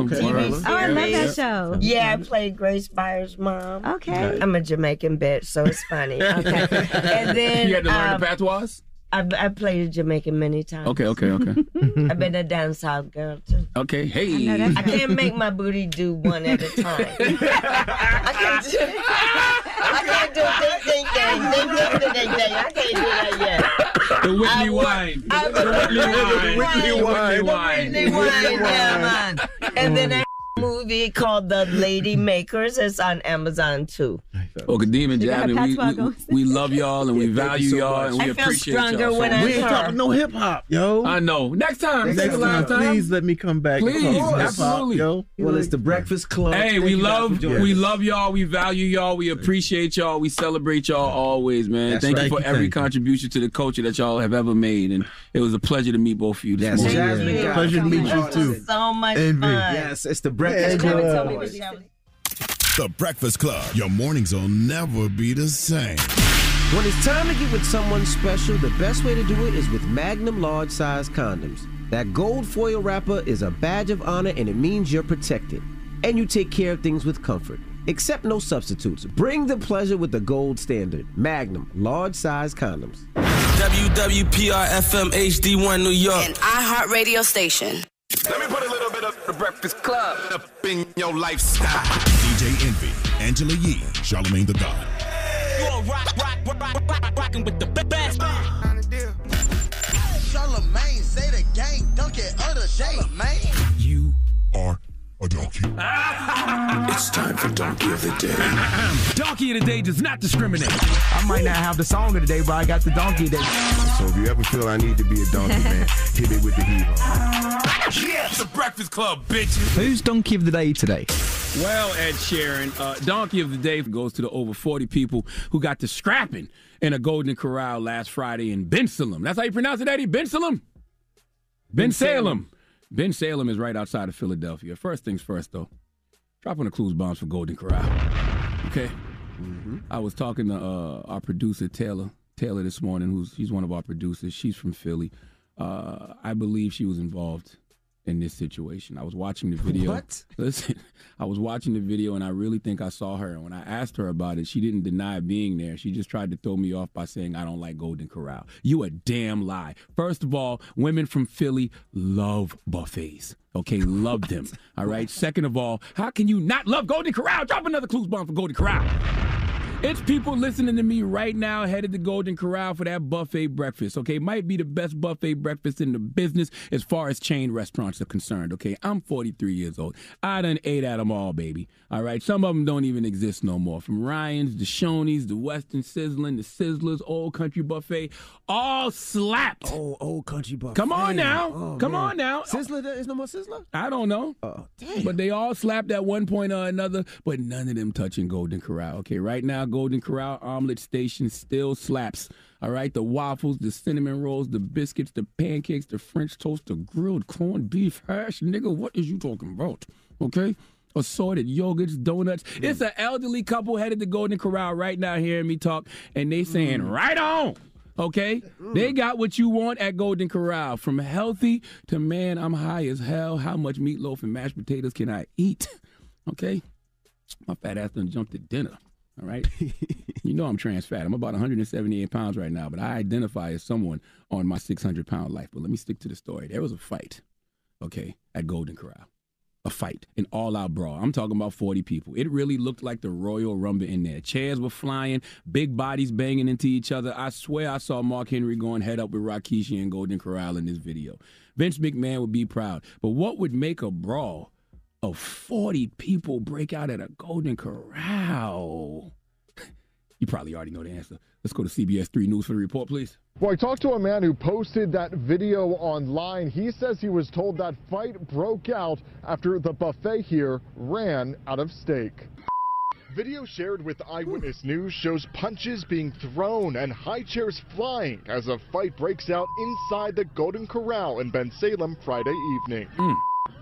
love that
series.
show.
Yeah, I played Grace Byers' mom.
Okay.
I'm a Jamaican bitch, so it's funny. Okay. and then
You had to learn the
patois. I, I played a Jamaican many times.
Okay, okay, okay,
I've been a down south girl too.
okay. Hey,
I can't make my booty do one at a time. I can't do. I can't do ding ding ding ding ding ding ding. I can't do that yet.
the Whitney wine.
I
The Whitney
The
wine.
Whitney
The
wine.
Whitney wine.
yeah, man. And then that movie called The Lady Makers is on Amazon too.
Oh, Kadeem and
You got a
Jasmine, we,
patois
we, we love y'all and we
Thank
value
you so
y'all
much.
and we
I feel
appreciate
stronger
y'all. so
when
much.
I'm We ain't her. talking
no hip hop, yo.
I know. Next time. Next,
Next
time. last
time,
time.
please let me come back.
Please,
Come on,
absolutely.
yo.
Well, it's
the Breakfast Club.
Hey, we love we love y'all. We value y'all. We appreciate y'all. We celebrate y'all always, man.
That's
thank
right.
you for
Thank you,
every
thank you.
contribution to the culture that y'all have ever made, and it was a pleasure to meet both of you this
Yes,
morning.
Jasmine, Thank you.
pleasure to meet
you, too.
So much
Envy.
fun.
Yes, it's the
Breakfast Club.
Club.
The Breakfast Club. Your mornings will never be the same.
When it's time to get with someone special, the best way to do it is with Magnum large size condoms. That gold foil wrapper is a badge of honor and it means you're protected. And you take care of things with comfort. Accept no substitutes. Bring the pleasure with the gold standard. Magnum large size condoms.
WWPR FM HD1 New York.
An iHeartRadio station.
Let me put a little bit of the Breakfast Club up in your
lifestyle. DJ Envy, Angela Yee, Charlemagne the God.
You are rock, rock, rock, rock, rock, rocking with the best.
Charlemagne, say the gang, dunk it other Charlemagne.
You are a donkey. it's time for Donkey of the Day.
donkey of the day does not discriminate. I might not have the song of the day, but I got the donkey of the day.
So if you ever feel I need to be a donkey man, hit me with the heat.
Yeah, it's the Breakfast Club, bitches.
Who's donkey of the day today?
Well, Ed Sheeran, uh, donkey of the day goes to the over 40 people who got to scrapping in a Golden Corral last Friday in Bensalem. That's how you pronounce it, Eddie? Bensalem? Ben Salem. Ben Salem is right outside of Philadelphia. First things first, though, dropping the clues bombs for Golden Corral. Okay? Mm-hmm. I was talking to uh, our producer, Taylor. Taylor this morning, who's she's one of our producers. She's from Philly. Uh, I believe she was involved in this situation. I was watching the video.
What?
Listen, I was watching the video and I really think I saw her. And when I asked her about it, she didn't deny being there. She just tried to throw me off by saying, I don't like Golden Corral. You a damn lie. First of all, women from Philly love buffets. Okay, love them. All right. Second of all, how can you not love Golden Corral? Drop another clues bomb for Golden Corral. It's people listening to me right now headed to Golden Corral for that buffet breakfast, okay? Might be the best buffet breakfast in the business as far as chain restaurants are concerned, okay? I'm 43 years old. I done ate at them all, baby, all right? Some of them don't even exist no more. From Ryan's, the Shoney's, the Western Sizzling, the Sizzlers, Old Country Buffet, all slapped.
Oh, Old Country Buffet.
Come on now.
Oh,
Come
man.
on now.
Sizzler, there is no more Sizzler?
I don't know. But they all slapped at one point or another, but none of them touching Golden Corral. Okay, right now, Golden Corral Omelet Station still slaps. All right, the waffles, the cinnamon rolls, the biscuits, the pancakes, the French toast, the grilled corned beef hash. Nigga, what is you talking about? Okay? Assorted yogurts, donuts. It's an elderly couple headed to Golden Corral right now hearing me talk, and they saying, right on. Okay? They got what you want at Golden Corral. From healthy to man, I'm high as hell. How much meatloaf and mashed potatoes can I eat? Okay? My fat ass done jumped to dinner. All right? you know I'm trans fat. I'm about 178 pounds right now, but I identify as someone on my 600 pound life. But let me stick to the story. There was a fight, okay, at Golden Corral. A fight, an all out brawl. I'm talking about 40 people. It really looked like the Royal Rumble in there. Chairs were flying, big bodies banging into each other. I swear I saw Mark Henry going head up with Rakishi and Golden Corral in this video. Vince McMahon would be proud. But what would make a brawl of 40 people break out at a Golden Corral? You probably already know the answer. Let's go to CBS 3 News for the report, please.
Well, I talked to a man who posted that video online. He says he was told that fight broke out after the buffet here ran out of steak. Video shared with Eyewitness News shows punches being thrown and high chairs flying as a fight breaks out inside the Golden Corral in Ben Salem Friday evening.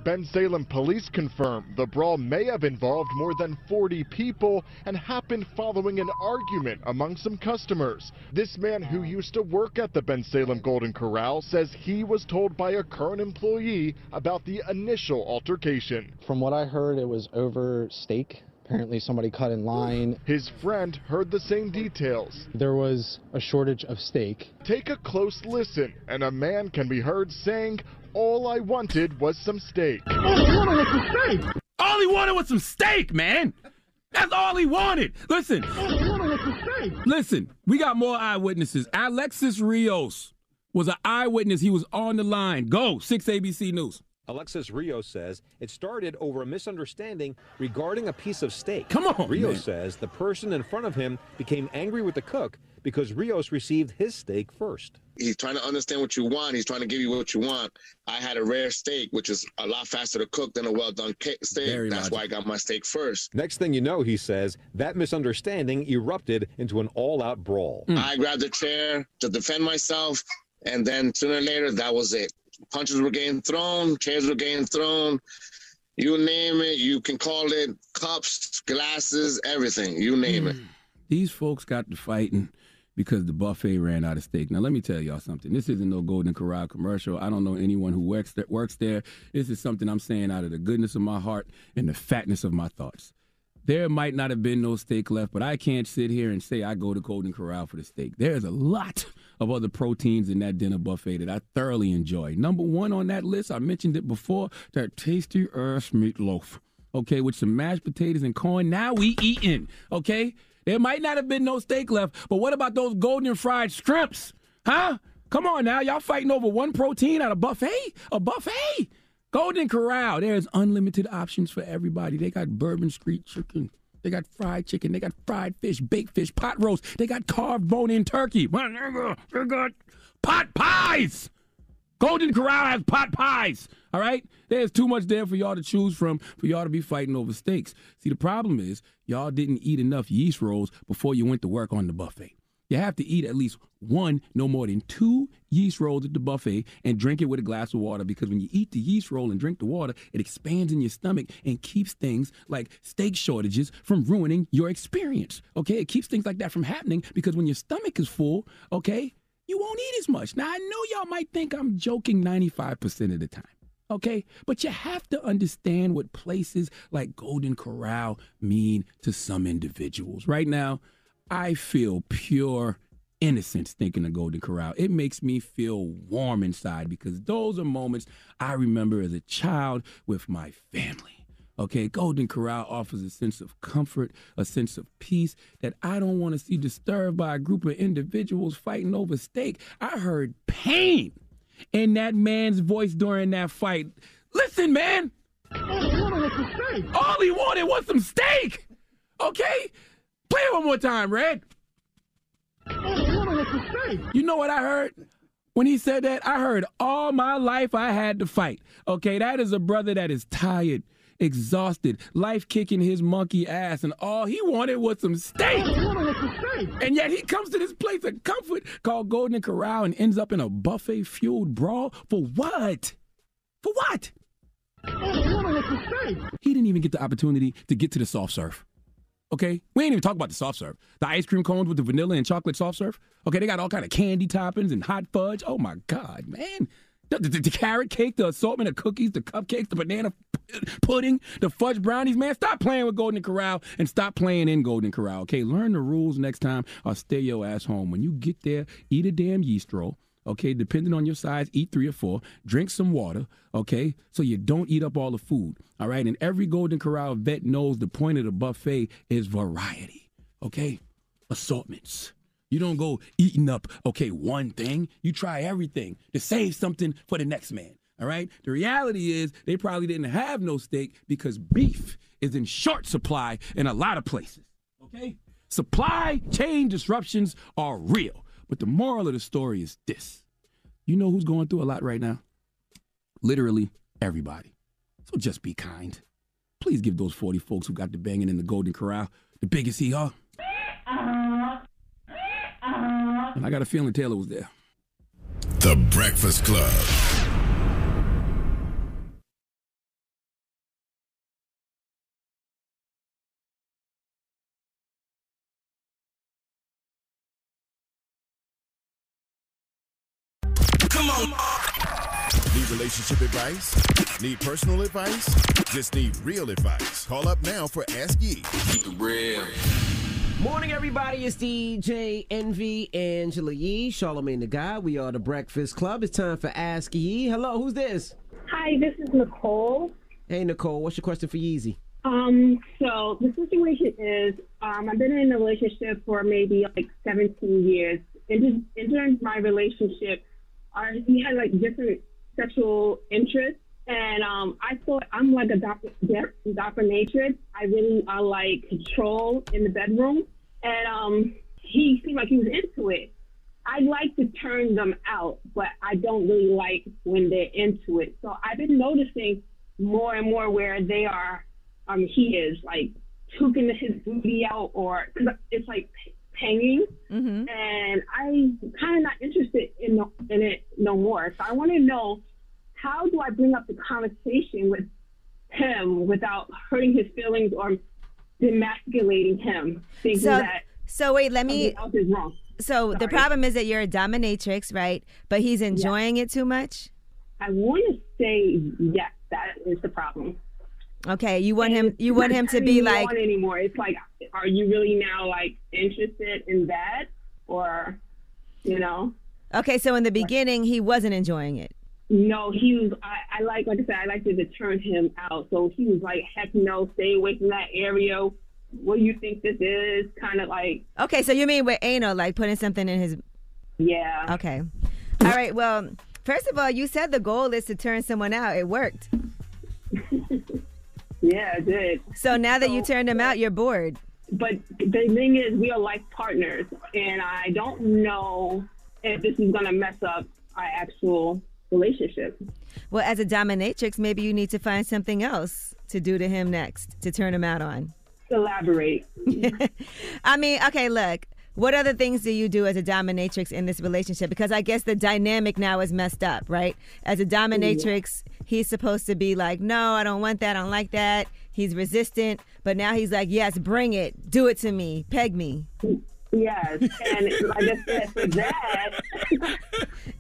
Ben Salem police confirm the brawl may have involved more than 40 people and happened following an argument among some customers. This man who used to work at the Ben Salem Golden Corral says he was told by a current employee about the initial altercation.
From what I heard, it was over steak. Apparently, somebody cut in line.
His friend heard the same details.
There was a shortage of steak.
Take a close listen, and a man can be heard saying, All I wanted was some steak.
All he wanted was some steak, man. That's all he wanted. Listen. Listen, we got more eyewitnesses. Alexis Rios was an eyewitness. He was on the line. Go, 6 ABC News.
Alexis Rios says it started over a misunderstanding regarding a piece of steak.
Come on,
Rios
man.
says the person in front of him became angry with the cook because Rios received his steak first.
He's trying to understand what you want. He's trying to give you what you want. I had a rare steak, which is a lot faster to cook than a well done ca- steak. That's why I got my steak first.
Next thing you know, he says that misunderstanding erupted into an all out brawl.
Mm.
I grabbed a chair to defend myself, and then sooner or later, that was it. Punches were getting thrown, chairs were getting thrown. You name it, you can call it cups, glasses, everything. You name it.
These folks got to fighting because the buffet ran out of steak. Now let me tell y'all something. This isn't no Golden Corral commercial. I don't know anyone who works that works there. This is something I'm saying out of the goodness of my heart and the fatness of my thoughts. There might not have been no steak left, but I can't sit here and say I go to Golden Corral for the steak. There's a lot of other proteins in that dinner buffet that I thoroughly enjoy. Number one on that list, I mentioned it before, that tasty earth meatloaf. Okay, with some mashed potatoes and corn. Now we eating. Okay, there might not have been no steak left, but what about those golden fried shrimps? Huh? Come on now, y'all fighting over one protein at a buffet? A buffet? Golden Corral. There's unlimited options for everybody. They got Bourbon Street chicken. They got fried chicken. They got fried fish, baked fish, pot roast. They got carved bone in turkey. My nigga, They got pot pies. Golden Corral has pot pies. All right? There's too much there for y'all to choose from for y'all to be fighting over steaks. See, the problem is y'all didn't eat enough yeast rolls before you went to work on the buffet. You have to eat at least one, no more than two yeast rolls at the buffet and drink it with a glass of water because when you eat the yeast roll and drink the water, it expands in your stomach and keeps things like steak shortages from ruining your experience. Okay? It keeps things like that from happening because when your stomach is full, okay, you won't eat as much. Now, I know y'all might think I'm joking 95% of the time. okay? But you have to understand what places like Golden Corral mean to some individuals. Right now, I feel pure innocence thinking of Golden Corral. It makes me feel warm inside because those are moments I remember as a child with my family. Okay, Golden Corral offers a sense of comfort, a sense of peace that I don't want to see disturbed by a group of individuals fighting over steak. I heard pain in that man's voice during that fight. Listen, man. All he wanted was some steak. Okay? Play it one more time, Red. You know what I heard? When he said that, I heard all my life I had to fight. Okay, that is a brother that is tired, exhausted, life kicking his monkey ass, and all he wanted was some steak. And yet he comes to this place of comfort called Golden Corral and ends up in a buffet fueled brawl for what? For what? He didn't even get the opportunity to get to the soft serve. Okay, we ain't even talk about the soft serve. The ice cream cones with the vanilla and chocolate soft serve. Okay, they got all kind of candy toppings and hot fudge. Oh my god, man! The, the- the carrot cake, the assortment of cookies, the cupcakes, the banana p- pudding, the fudge brownies. Man, stop playing with Golden Corral and stop playing in Golden Corral. Okay, learn the rules next time or stay your ass home. When you get there, eat a damn yeast roll. Okay, depending on your size, eat three or four. Drink some water, okay, so you don't eat up all the food. All right, and every Golden Corral vet knows the point of the buffet is variety, okay? Assortments. You don't go eating up, okay, one thing. You try everything to save something for the next man, all right? The reality is they probably didn't have no steak because beef is in short supply in a lot of places, okay? Supply chain disruptions are real. But the moral of the story is this you know who's going through a lot right now? Literally everybody. So just be kind. Please give those 40 folks who got the banging in the Golden Corral the biggest hee haw. And I got a feeling Taylor was there.
The Breakfast Club.
Come on.
Need relationship advice? Need personal advice? Just need real advice. Call up now for Ask Ye. Keep it real.
Morning, everybody. It's DJ NV Angela Yee, Charlemagne the Guy. We are the Breakfast Club. It's time for Ask Yee. Hello, who's this?
Hi, this is Nicole.
Hey, Nicole. What's your question for Yeezy?
Um, so the situation is, um, I've been in a relationship for maybe like 17 years. And just and during my relationship, I, we had like different sexual interests. And um, I thought I'm like a doc- dep- dominatrix. I really I like control in the bedroom. And um, he seemed like he was into it. I like to turn them out, but I don't really like when they're into it. So I've been noticing more and more where they are um, he is like hooking his booty out or cause it's like p- hanging and I'm kind of not interested in, no, in it no more. So I want to know how do I bring up the conversation with him without hurting his feelings or demasculating him thinking
So,
that
so wait, let me.
something else is wrong.
So the
Sorry.
problem is that you're a dominatrix, right? But he's enjoying it too much.
I want to say yes. That is the problem.
Okay, you want
And
him.
it's
You want
not
him to
turning
be
me
like.
on anymore. It's like, are you really now like interested in that, or you know?
Okay, so in the beginning, he wasn't enjoying it.
No, he was. I, I like, like I said, I like to deter him out. So he was like, heck no, stay away from that area. What do you think this is? Kind of like,
Okay, so you mean with anal, like putting something in his.
yeah.
Okay. All right, well, first of all, you said the goal is to turn someone out. It worked.
Yeah, it did.
So now that you turned him out, you're bored.
But the thing is, we are life partners, and I don't know if this is gonna mess up our actual relationship.
Well, as a dominatrix, maybe you need to find something else to do to him next to turn him out on.
Elaborate.
I mean, okay, look. What other things do you do as a dominatrix in this relationship? Because I guess the dynamic now is messed up, right? As a dominatrix, he's supposed to be like, no, I don't want that, I don't like that. He's resistant, but now he's like, yes, bring it, do it to me, peg me.
Yes, and like I said, for that,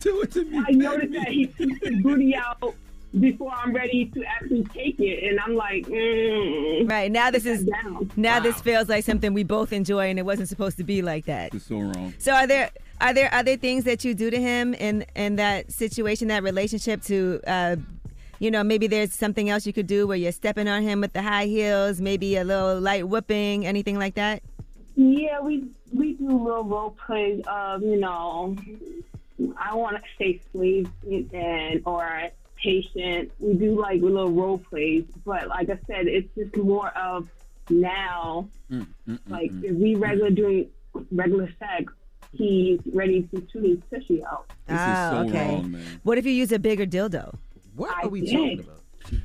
I noticed that he took his booty out before I'm ready to actually take it. And I'm like, mm,
Right now, this is
down.
now this feels like something we both enjoy, and it wasn't supposed to be like that.
It's so wrong.
So are there are there other things that you do to him in in that situation, that relationship to uh you know, maybe there's something else you could do where you're stepping on him with the high heels, maybe a little light whooping, anything like that?
Yeah, we we do little role plays of you know, I want to say slave and or patient. We do like little role plays, but like I said, it's just more of now. Like if we regular doing regular sex, he's ready to chew his tushy out.
oh, okay. What if you use a bigger dildo?
What are we talking about?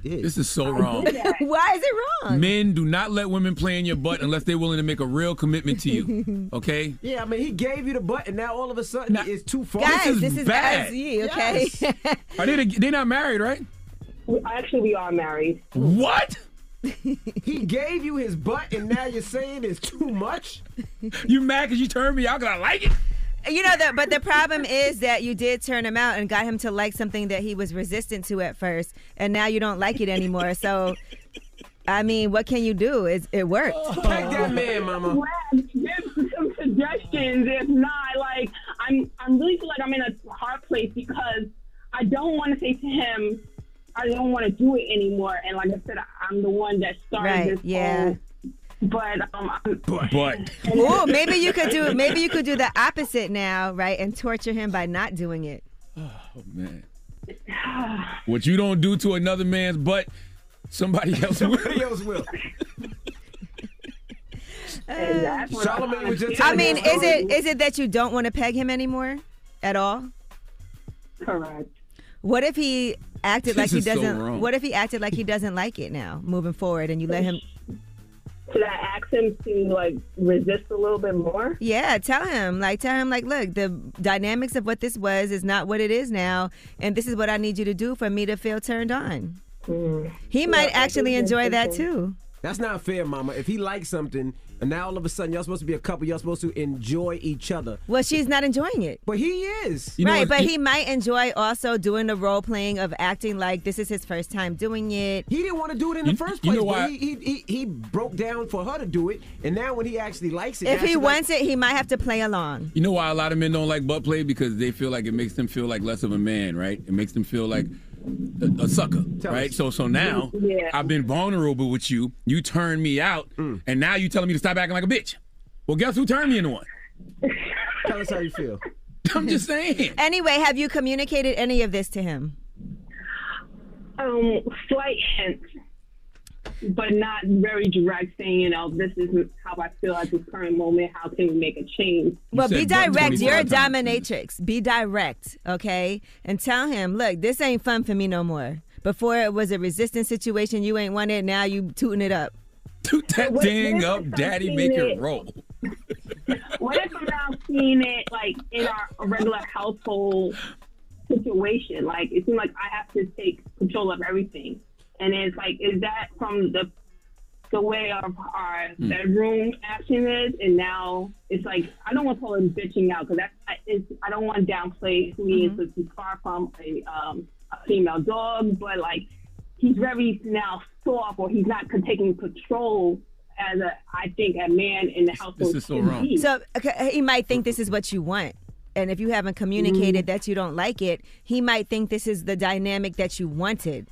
This is so wrong.
Why is it wrong?
Men do not let women play in your butt unless they're willing to make a real commitment to you. Okay?
Yeah, I mean, he gave you the butt, and now all of a sudden it's too far.
Guys, This is this is bad. SE, okay?
Are they they not married, right?
Actually, we are married.
What?
he gave you his butt, and now you're saying it's too much.
You mad because you turned me out because I like it?
You know that, but the problem is that you did turn him out and got him to like something that he was resistant to at first, and now you don't like it anymore. So, I mean, what can you do? It's, it worked.
Take that man, mama.
Wes, give some suggestions. If not, like I'm, I'm really feel like I'm in a hard place because I don't want to say to him, I don't want to do it anymore. And like I said, I'm the one that started
Right,
this.
yeah.
whole- but um, I'm,
But
Oh, maybe you could do maybe you could do the opposite now, right? And torture him by not doing it.
Oh man. What you don't do to another man's butt, somebody else will.
Somebody else will.
Uh,
Charlemagne was just.
I
telling
mean,
you a
is
story.
it is it that you don't want to peg him anymore at all?
Correct.
What if he acted
This
like he
is so
doesn't?
wrong.
what if he acted like he doesn't like it now, moving forward, and you let him?
should I ask him to like resist a little bit more?
Yeah, tell him like tell him like, look, the dynamics of what this was is not what it is now, and this is what I need you to do for me to feel turned on.
Mm.
He might actually enjoy that too.
That's not fair, Mama. If he likes something, and now all of a sudden y'all supposed to be a couple, y'all supposed to enjoy each other.
Well, she's not enjoying it.
But he is.
right, but he might enjoy also doing the role playing of acting like this is his first time doing it.
He didn't want to do it in the first place. but He, he, he, he broke down for her to do it, and now when he actually likes it,
If
now
he
she like-
wants it, he might have to play along.
You know why a lot of men don't like butt play because they feel like it makes them feel like less of a man, right? It makes them feel like a, a sucker, right? So so now
Yeah.
I've been vulnerable with you. You turned me out, and now you telling me to stop acting like a bitch. Well, guess who turned me into one?
Tell us how you feel.
I'm just saying.
Anyway, have you communicated any of this to him?
Um, slight hints, but not very direct. Saying you know this is how I feel at this current moment. How can we make a change?
Well, be direct. You're a dominatrix. Be direct, okay? And tell him, look, this ain't fun for me no more. Before it was a resistance situation, you ain't want it. Now you tooting it up.
Toot that
What-
ding
what if
up,
I'm
daddy,
seeing
make it
it?
roll.
What if I'm not seeing it like in our regular household situation? Like it seems like I have to take control of everything, and it's like, is that from the the way of our
Hmm.
bedroom action is, and now it's like I don't want to call it bitching out because that's I- it's, I don't want to downplay who he is. because he's far from a, um, a female dog, but like he's very now soft, or he's not taking control as a I think a man in the household. should be.
So okay, he might think this is what you want. And if you haven't communicated that you don't like it, he might think this is the dynamic that you wanted.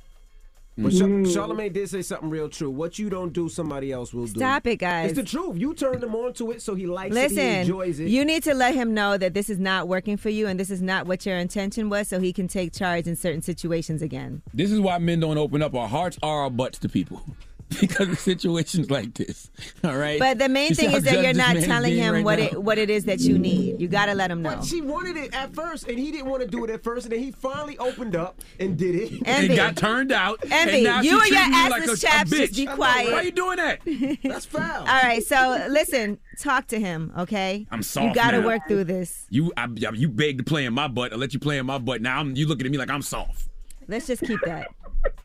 But Char-
Mm.
Charlemagne did say something real true. What you don't do, somebody else will do.
Stop it, guys.
It's the truth. You turned him on to it, so he likes it. He
Listen,
enjoys it.
you need to let him know that this is not working for you and this is not what your intention was so he can take charge in certain situations again.
This is why men don't open up. Our hearts are our butts to people because of situations like this. All right.
But the main
You
thing
see how
is that you're
judged this
not
man is
telling
being
him
right
what
now?
it what it is that you need. You got to let him know.
But she wanted it at first, and he didn't want to do it at first, and then he finally opened up and did it.
Envy.
got turned out.
Envy,
and now
you and
she
your
treating you like
assless
a, a
chaps
bitch.
just be quiet.
Why you doing that?
That's foul. All
right, so listen, talk to him, okay?
I'm soft
You got to
now.
work through this.
You I, I- you begged to play in my butt. I let you play in my butt. Now I'm, you looking at me like I'm soft.
Let's just keep that.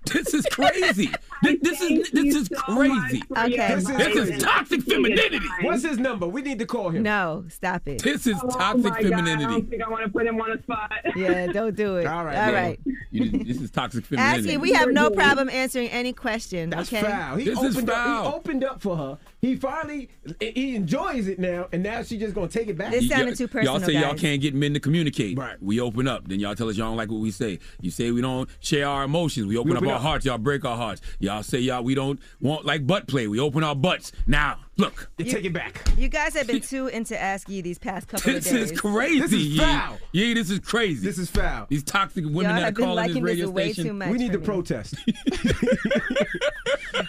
This is crazy. This, this is this is crazy.
Okay.
This is, toxic femininity.
What's his number? We need to call him.
No, stop it.
This
Oh
is toxic femininity.
think I want to put him on a spot.
Yeah, don't do it. All right. All right.
You- this is toxic femininity.
Ashley, we have no problem answering any question.
That's
okay.
foul. He opened Up, he opened up for her. He finally he enjoys it now, and now she's just gonna take it back.
Y- y'all- Y'all say y'all can't get men to communicate. Right. We open up. Then y'all tell us y'all don't like what we say. You say we don't share our emotions. We open,
open
up, our
up.
hearts. Y'all break our hearts. Y'all say y'all we don't want like butt play. We open our butts. Now look.
They take it back.
You guys have been too into Ask Yee these past couple
This
of days.
is crazy. Yee.
foul.
Yee, this is crazy. This
is foul.
These toxic women
Y'all
that are
have been
calling this
liking this
radio
way
station.
too much We need for to me.
protest.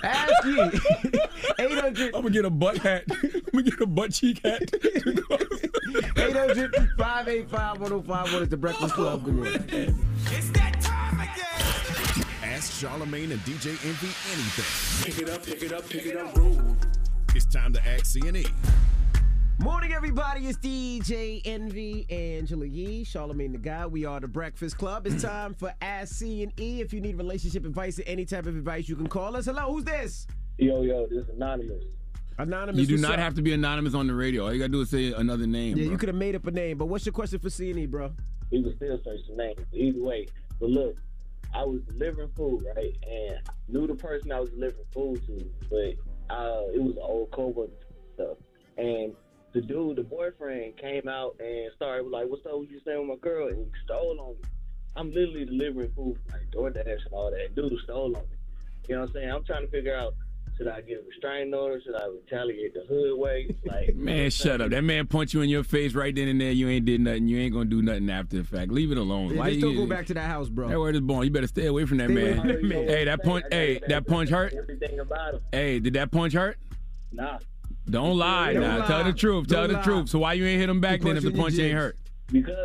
Ask Yee. 800. I'm going to get a butt hat. I'm going to get a butt cheek hat.
800 585 1051 is the Breakfast Club. Good morning.
Ask Charlemagne and DJ Envy anything.
Pick it up, pick it up, pick it up.
It's time to ask E. CNE.
Morning, everybody. It's DJ Envy, Angela Yee, Charlemagne the Guy. We are the Breakfast Club. It's time for Ask C and E. If you need relationship advice or any type of advice, you can call us. Hello, who's this?
Yo, yo, this is anonymous.
Anonymous.
You do
what's
not
up?
have to be anonymous on the radio. All you got to do is say another name.
Yeah,
bro.
you could have made up a name, but what's your question for C and E, bro?
We would still search the name. Either way. But look, I was delivering food, right? And knew the person I was delivering food to, but uh, it was an old coworker stuff. And the dude, the boyfriend, came out and started like, "What's up? What you saying with my girl?" And he stole on me. I'm literally delivering food from, like DoorDash and all that. Dude stole on me. You know what I'm saying? I'm trying to figure out should I get a restraining order? Should I retaliate the hood way? Like
Man, shut up. That man punched you in your face right then and there. You ain't did nothing. You ain't gonna do nothing after the fact. Leave it alone.
Yeah,
Why
just
you-
don't go back to that house, bro.
That word is born. You better stay away from that
Stay away
man.
from that man.
Hey, that punch. Hey, that punch hurt.
Everything about him.
Hey, did that punch hurt?
Nah.
Don't lie.
Don't
now.
lie.
Tell the truth. Tell
Don't
the
lie.
truth. So why you ain't hit him back
He
then if
punched
the
you in
punch
your
ain't
jibs.
hurt?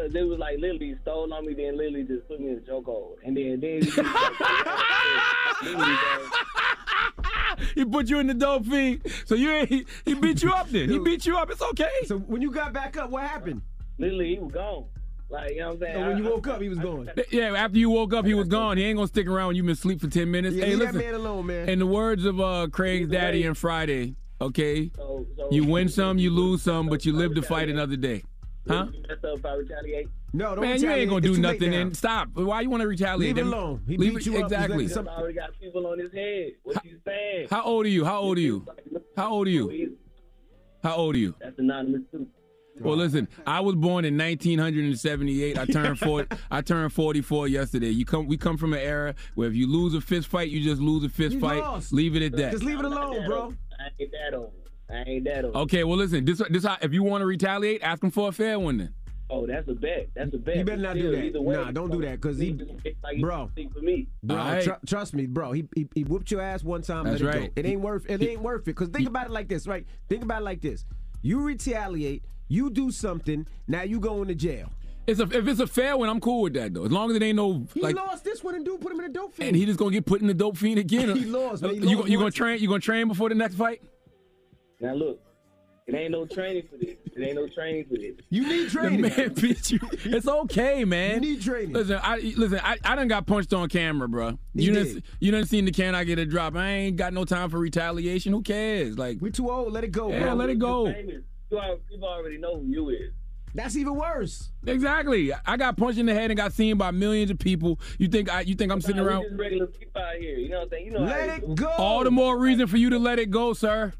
Because they was like literally stole on me, then literally just put me in a chokehold, and then then literally, bro,
He put you in the dope feed. So you ain't. He, he beat you up then. He beat you up. It's okay.
So when you got back up, what happened?
literally he was gone. Like you know what I'm saying.
And when
I-
you
I-
woke up, he was gone.
Yeah, after you woke up, he was gone. He ain't gonna stick around when you've been asleep for ten minutes.
Yeah,
hey,
leave that
listen.
man alone, man.
In the words of uh, Craig's daddy and Friday, okay,
So- so-
you win some, you lose some, but you live to fight another day, huh?
That's up if I retaliate.
No,
Man, you ain't gonna do nothing. And stop. Why you want to retaliate?
Leave it
That-
alone. He
leave
beat
it-
you up. He's letting
exactly.
some- I already got people on his head. What you saying?
How old are you? How old are you? How old are you? How old are you?
That's anonymous too.
Well, listen. I was born in 1978. I turned 40. I turned 44 yesterday. You come. We come from an era where if you lose a fist fight, you just lose a fist
You
fight.
lost.
Leave it at that.
I'm not that old. I ain't that old. I ain't that old.
Okay. Well, listen. This. This. How, if you want to retaliate, ask him for a fair one then.
Oh, that's a bet. That's a bet.
You better not do
Still,
that.
either way,
Nah, don't do that, 'cause he-
it's like you
Bro.
think for me.
Bro,
All right.
tru- trust me, bro. He, he he whooped your ass one time.
That's
let
right.
It, go. it ain't worth it. Ain't worth it. Cause think about it like this, right? Think about it like this. You retaliate. You do something. Now you going to jail.
It's a, if it's a fair one, I'm cool with that though. As long as it ain't no
He
like.
lost this one and dude put him in a dope field.
And he just gonna get put in the dope fiend again.
He lost, man. He
you
lost
you gonna
once.
train? You gonna train before the next fight?
Now look, it ain't no training for this. It ain't no training for this.
You need
training. The man beat you. It's okay, man. You need
training.
Listen, I listen. I, I done got punched on camera, bro.
He
you
did.
done you done seen the can I get a drop? I ain't got no time for retaliation. Who cares? Like
we too old. Let it go.
Yeah,
bro.
let it go.
You are, people already know who you is.
That's even worse.
Exactly. I got punched in the head and got seen by millions of people. You think I? You think I'm sitting
Nah, we
around?
just regular people out here. You know what I'm saying? You know
Let
how
it go.
All the more reason for you to let it go, sir.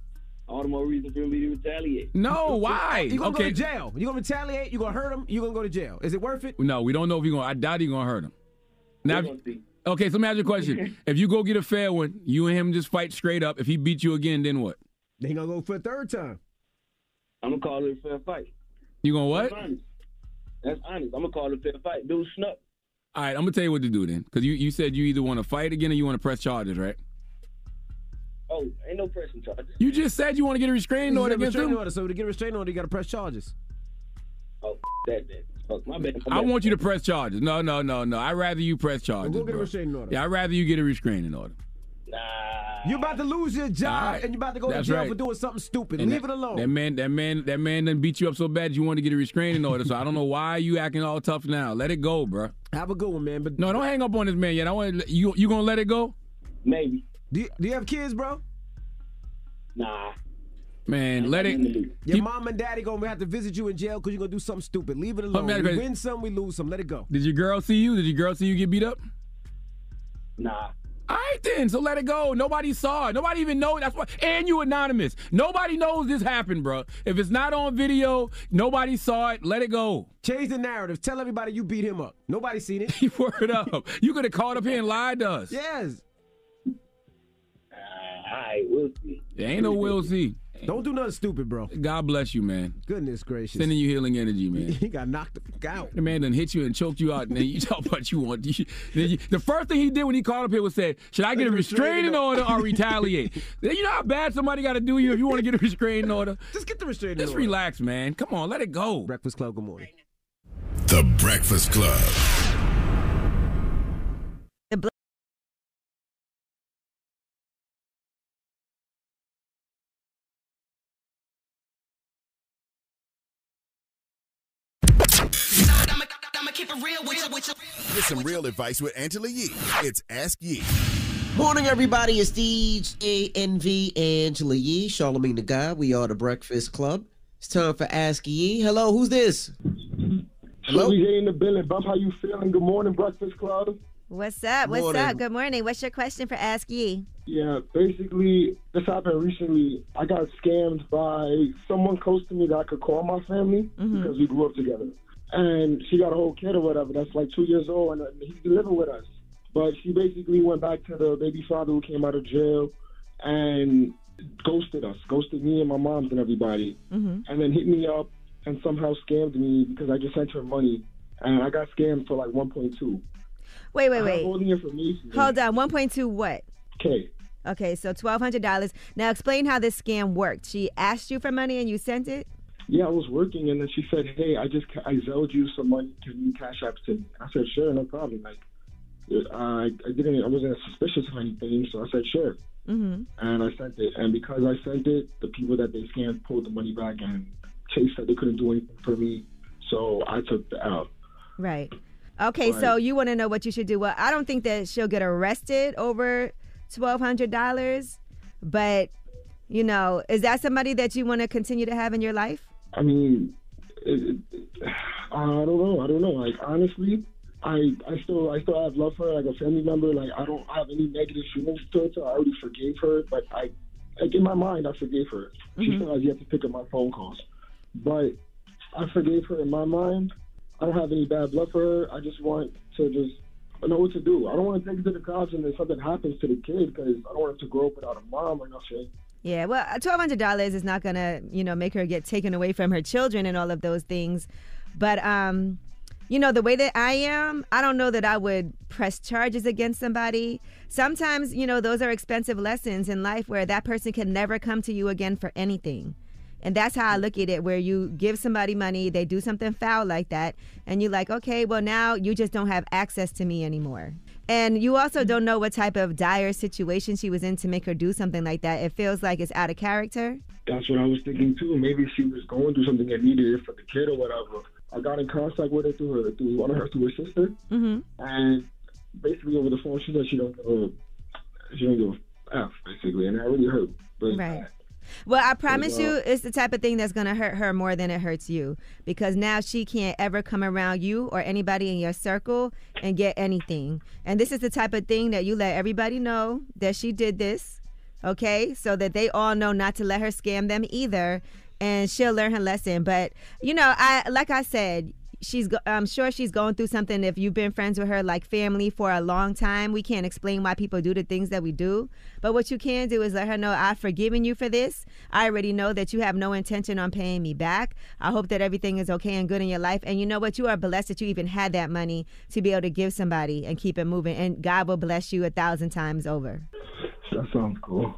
All the more reason for me to retaliate.
No, why?
You gonna
okay.
go to jail? You gonna retaliate? You gonna hurt him? You gonna go to jail? Is it worth it?
No, we don't know if he's gonna. I doubt he's gonna hurt him. Now, if- okay, so let me ask you a question. if you go get a fair one, you and him just fight straight up. If he beat you again, then what?
They gonna go for a third time.
I'm gonna call it a fair fight.
You gonna what?
That's honest. That's honest. I'm gonna call it a fair fight. Dude, snuck.
All right, I'm gonna tell you what to do then, because you, you said you either want to fight again or you want to press charges, right?
Oh, ain't no pressing charges.
You just said you want to get a restraining
This is
order
a
against
restraining
him.
order. So to get a restraining order, you gotta press charges.
Oh, that then. Fuck, my bad.
I want you to press charges. No, no, no, no. I'd rather you press charges.
Go get a
bro.
restraining order.
Yeah, I'd rather you get a restraining order.
You're about to lose your job
All right.
and you're about to go
That's
to jail
right.
for doing something stupid.
And
Leave
that-
it alone.
That man, that man, that man done beat you up so bad you want to get a restraining order. So I don't know why you acting all tough now. Let it go, bro.
Have a good one, man. But
no, don't hang up on this man yet. I want you. You gonna let it go?
Maybe.
Do you, do you have kids, bro?
Nah.
Man, let it.
Your mom and daddy gonna have to visit you in jail because you're gonna do something stupid. Leave it alone.
me out
We
of here.
win some, we lose some. Let it go.
Did your girl see you? Did your girl see you get beat up?
Nah.
All right then, so let it go. Nobody saw it. Nobody even know. That's why. And you anonymous. Nobody knows this happened, bro. If it's not on video, nobody saw it. Let it go.
Change the narrative. Tell everybody you beat him up. Nobody seen it.
He word up. You could have called up here and lied to us.
Yes.
I will see.
There ain't no will see.
Don't do nothing stupid, bro.
God bless you, man.
Goodness gracious.
Sending you healing energy, man.
He got knocked the fuck out.
The man done hit you and choked you out, and then you talk about you want. You, then you- the first thing he did when he called up here was said, "Should I get a restraining order or retaliate?" Then you know how bad somebody got to do you if you want to get a restraining order.
Just get the restraining
Just
order.
relax, man. Come on, let it go.
Breakfast Club. Good morning.
The Breakfast Club.
I'ma keep it real with you, with you.
Get some real advice with Angela Yee. It's Ask Yee.
Morning, everybody. It's DJ NV Angela Yee, Charlemagne the Guy. We are the Breakfast Club. It's time for Ask Yee. Hello, who's this? Hello?
DJ in the building. Bump, how you feeling? Good morning, Breakfast Club.
What's up? What's
Morning.
up? Good morning. What's your question for Ask Yee?
Yeah, basically, this happened recently. I got scammed by someone close to me that I could call my family because we grew up together. And she got a whole kid or whatever that's like two years old, and uh, he's living with us. But she basically went back to the baby father who came out of jail and ghosted us, ghosted me and my moms and everybody.
Mm-hmm.
and then hit me up and somehow scammed me because I just sent her money and I got scammed for like 1.2.
Wait, wait,
I have all
wait.
the information.
Hold on. 1.2 what?
Okay.
Okay, so $1,200. Now explain how this scam worked. She asked you for money and you sent it?
Yeah, I was working and then she said, "Hey, I just I zelled you some money. Can you cash app to me?" I said, "Sure, no problem." Like, uh, I I didn't I wasn't suspicious of anything, so I said, "Sure."
Mm-hmm.
And I sent it, and because I sent it, the people that they scammed pulled the money back, and Chase said they couldn't do anything for me, so I took the out.
Right. Okay, so
Right.
you want to know what you should do. Well, I don't think that she'll get arrested over $1,200, but, you know, is that somebody that you want to continue to have in your life?
I mean, it, it, I don't know. I don't know. Like honestly, I I still I still have love for her like a family member. Like I don't have any negative feelings towards her. I already forgave her, but I like in my mind I forgave her. She still has yet to pick up my phone calls, but I forgave her in my mind. I don't have any bad blood for her. I just want to just know what to do. I don't want to take it to the cops and then something happens to the kid because I don't want him to grow up without a mom or nothing.
Yeah, well, uh, $1,200 is not going to, you know, make her get taken away from her children and all of those things. But, um, you know, the way that I am, I don't know that I would press charges against somebody. Sometimes, you know, those are expensive lessons in life where that person can never come to you again for anything. And that's how I look at it, where you give somebody money, they do something foul like that, and you're like, okay, well, now you just don't have access to me anymore. And you also don't know what type of dire situation she was in to make her do something like that. It feels like it's out of character.
That's what I was thinking too. Maybe she was going through something and needed it for the kid or whatever. I got in contact with her through her through one of her through her sister,
Mm-hmm.
and basically over the phone she said she don't give a she don't give a f basically, and that really hurt. But
Right. Well, I promise
Well-
you, it's the type of thing that's going to hurt her more than it hurts you because now she can't ever come around you or anybody in your circle and get anything. And this is the type of thing that you let everybody know that she did this, okay? So that they all know not to let her scam them either and she'll learn her lesson. But, you know, I like I said, she's go- I'm sure she's going through something if you've been friends with her like family for a long time. We can't explain why people do the things that we do. But what you can do is let her know I've forgiven you for this. I already know that you have no intention on paying me back. I hope that everything is okay and good in your life. And you know what? You are blessed that you even had that money to be able to give somebody and keep it moving. And God will bless you a thousand times over.
that sounds cool.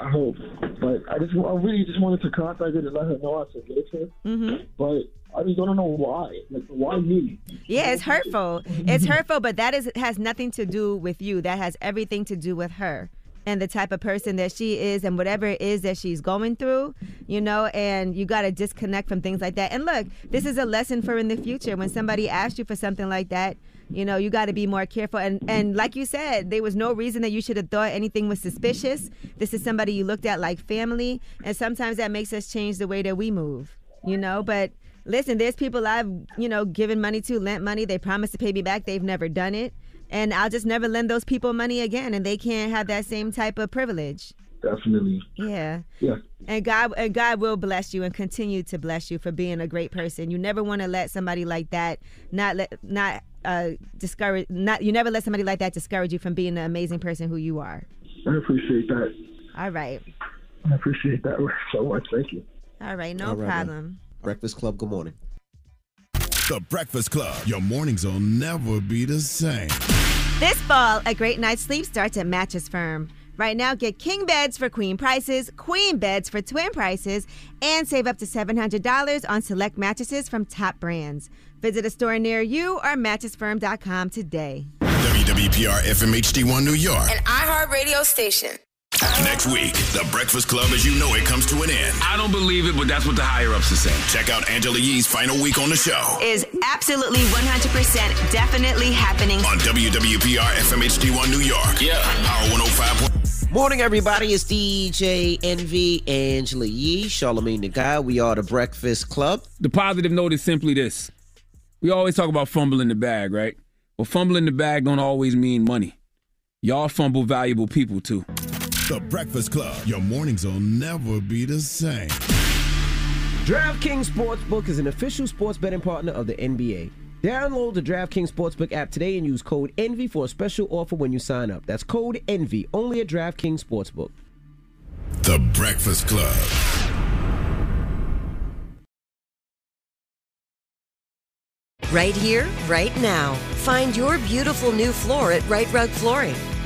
I hope. But I just I really just wanted to contact her to let her know I forgave her.
Mm-hmm.
But I just don't know why. Like why me?
Yeah, it's hurtful. It's hurtful, but that is has nothing to do with you. That has everything to do with her. and the type of person that she is and whatever it is that she's going through, you know, and you got to disconnect from things like that. And look, this is a lesson for in the future when somebody asks you for something like that, you know, you got to be more careful and and like you said, there was no reason that you should have thought anything was suspicious. This is somebody you looked at like family, and sometimes that makes us change the way that we move, you know, but Listen, there's people I've, you know, given money to, lent money, they promised to pay me back, they've never done it and I'll just never lend those people money again, and they can't have that same type of privilege.
Definitely.
Yeah.
Yeah.
And God and God will bless you and continue to bless you for being a great person. You never want to let somebody like that not let not uh discourage not you never let somebody like that discourage you from being an amazing person who you are.
I appreciate that.
All right.
I appreciate that so much. Thank you.
All right, no
All right, ma'am.
problem.
Breakfast Club, good morning.
The Breakfast Club. Your mornings will never be the same.
This fall, a great night's sleep starts at Mattress Firm. Right now, get king beds for queen prices, queen beds for twin prices, and save up to $700 on select mattresses from top brands. Visit a store near you or mattressfirm.com today.
WWPR FMHD1 New York.
An iHeartRadio station.
Next week, The Breakfast Club as you know it comes to an end.
I don't believe it, but that's what the higher ups are saying.
Check out Angela Yee's final week on the show
Is absolutely 100% definitely happening.
on WWPR FMHD1 New York. Yeah. Power 105.
Morning, everybody. It's DJ NV, Angela Yee, Charlemagne the Guy. We are the Breakfast Club.
The positive note is simply this. We always talk about fumbling the bag, right? Well, fumbling the bag don't always mean money. Y'all fumble valuable people too.
The Breakfast Club. Your mornings will never be the same.
DraftKings Sportsbook is an official sports betting partner of the NBA. Download the DraftKings Sportsbook app today and use code ENVY for a special offer when you sign up. That's code ENVY, only at DraftKings Sportsbook.
The Breakfast Club.
Right here, right now. Find your beautiful new floor at Right Rug Flooring.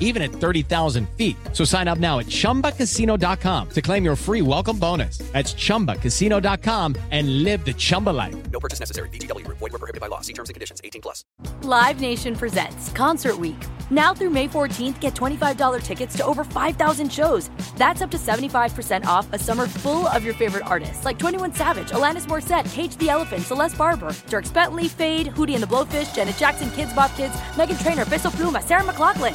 even at 30,000 feet. So sign up now at chumbacasino.com to claim your free welcome bonus. That's chumbacasino.com and live the Chumba life.
No purchase necessary. BGW. Void were prohibited by law. See terms and conditions. 18 plus.
Live Nation presents Concert Week. Now through May 14th, get $25 tickets to over 5,000 shows. That's up to 75% off a summer full of your favorite artists like 21 Savage, Alanis Morissette, Cage the Elephant, Celeste Barber, Dirk Bentley, Fade, Hootie and the Blowfish, Janet Jackson, Kids Bop Kids, Megan Trainor, Bissell Pluma, Sarah McLaughlin.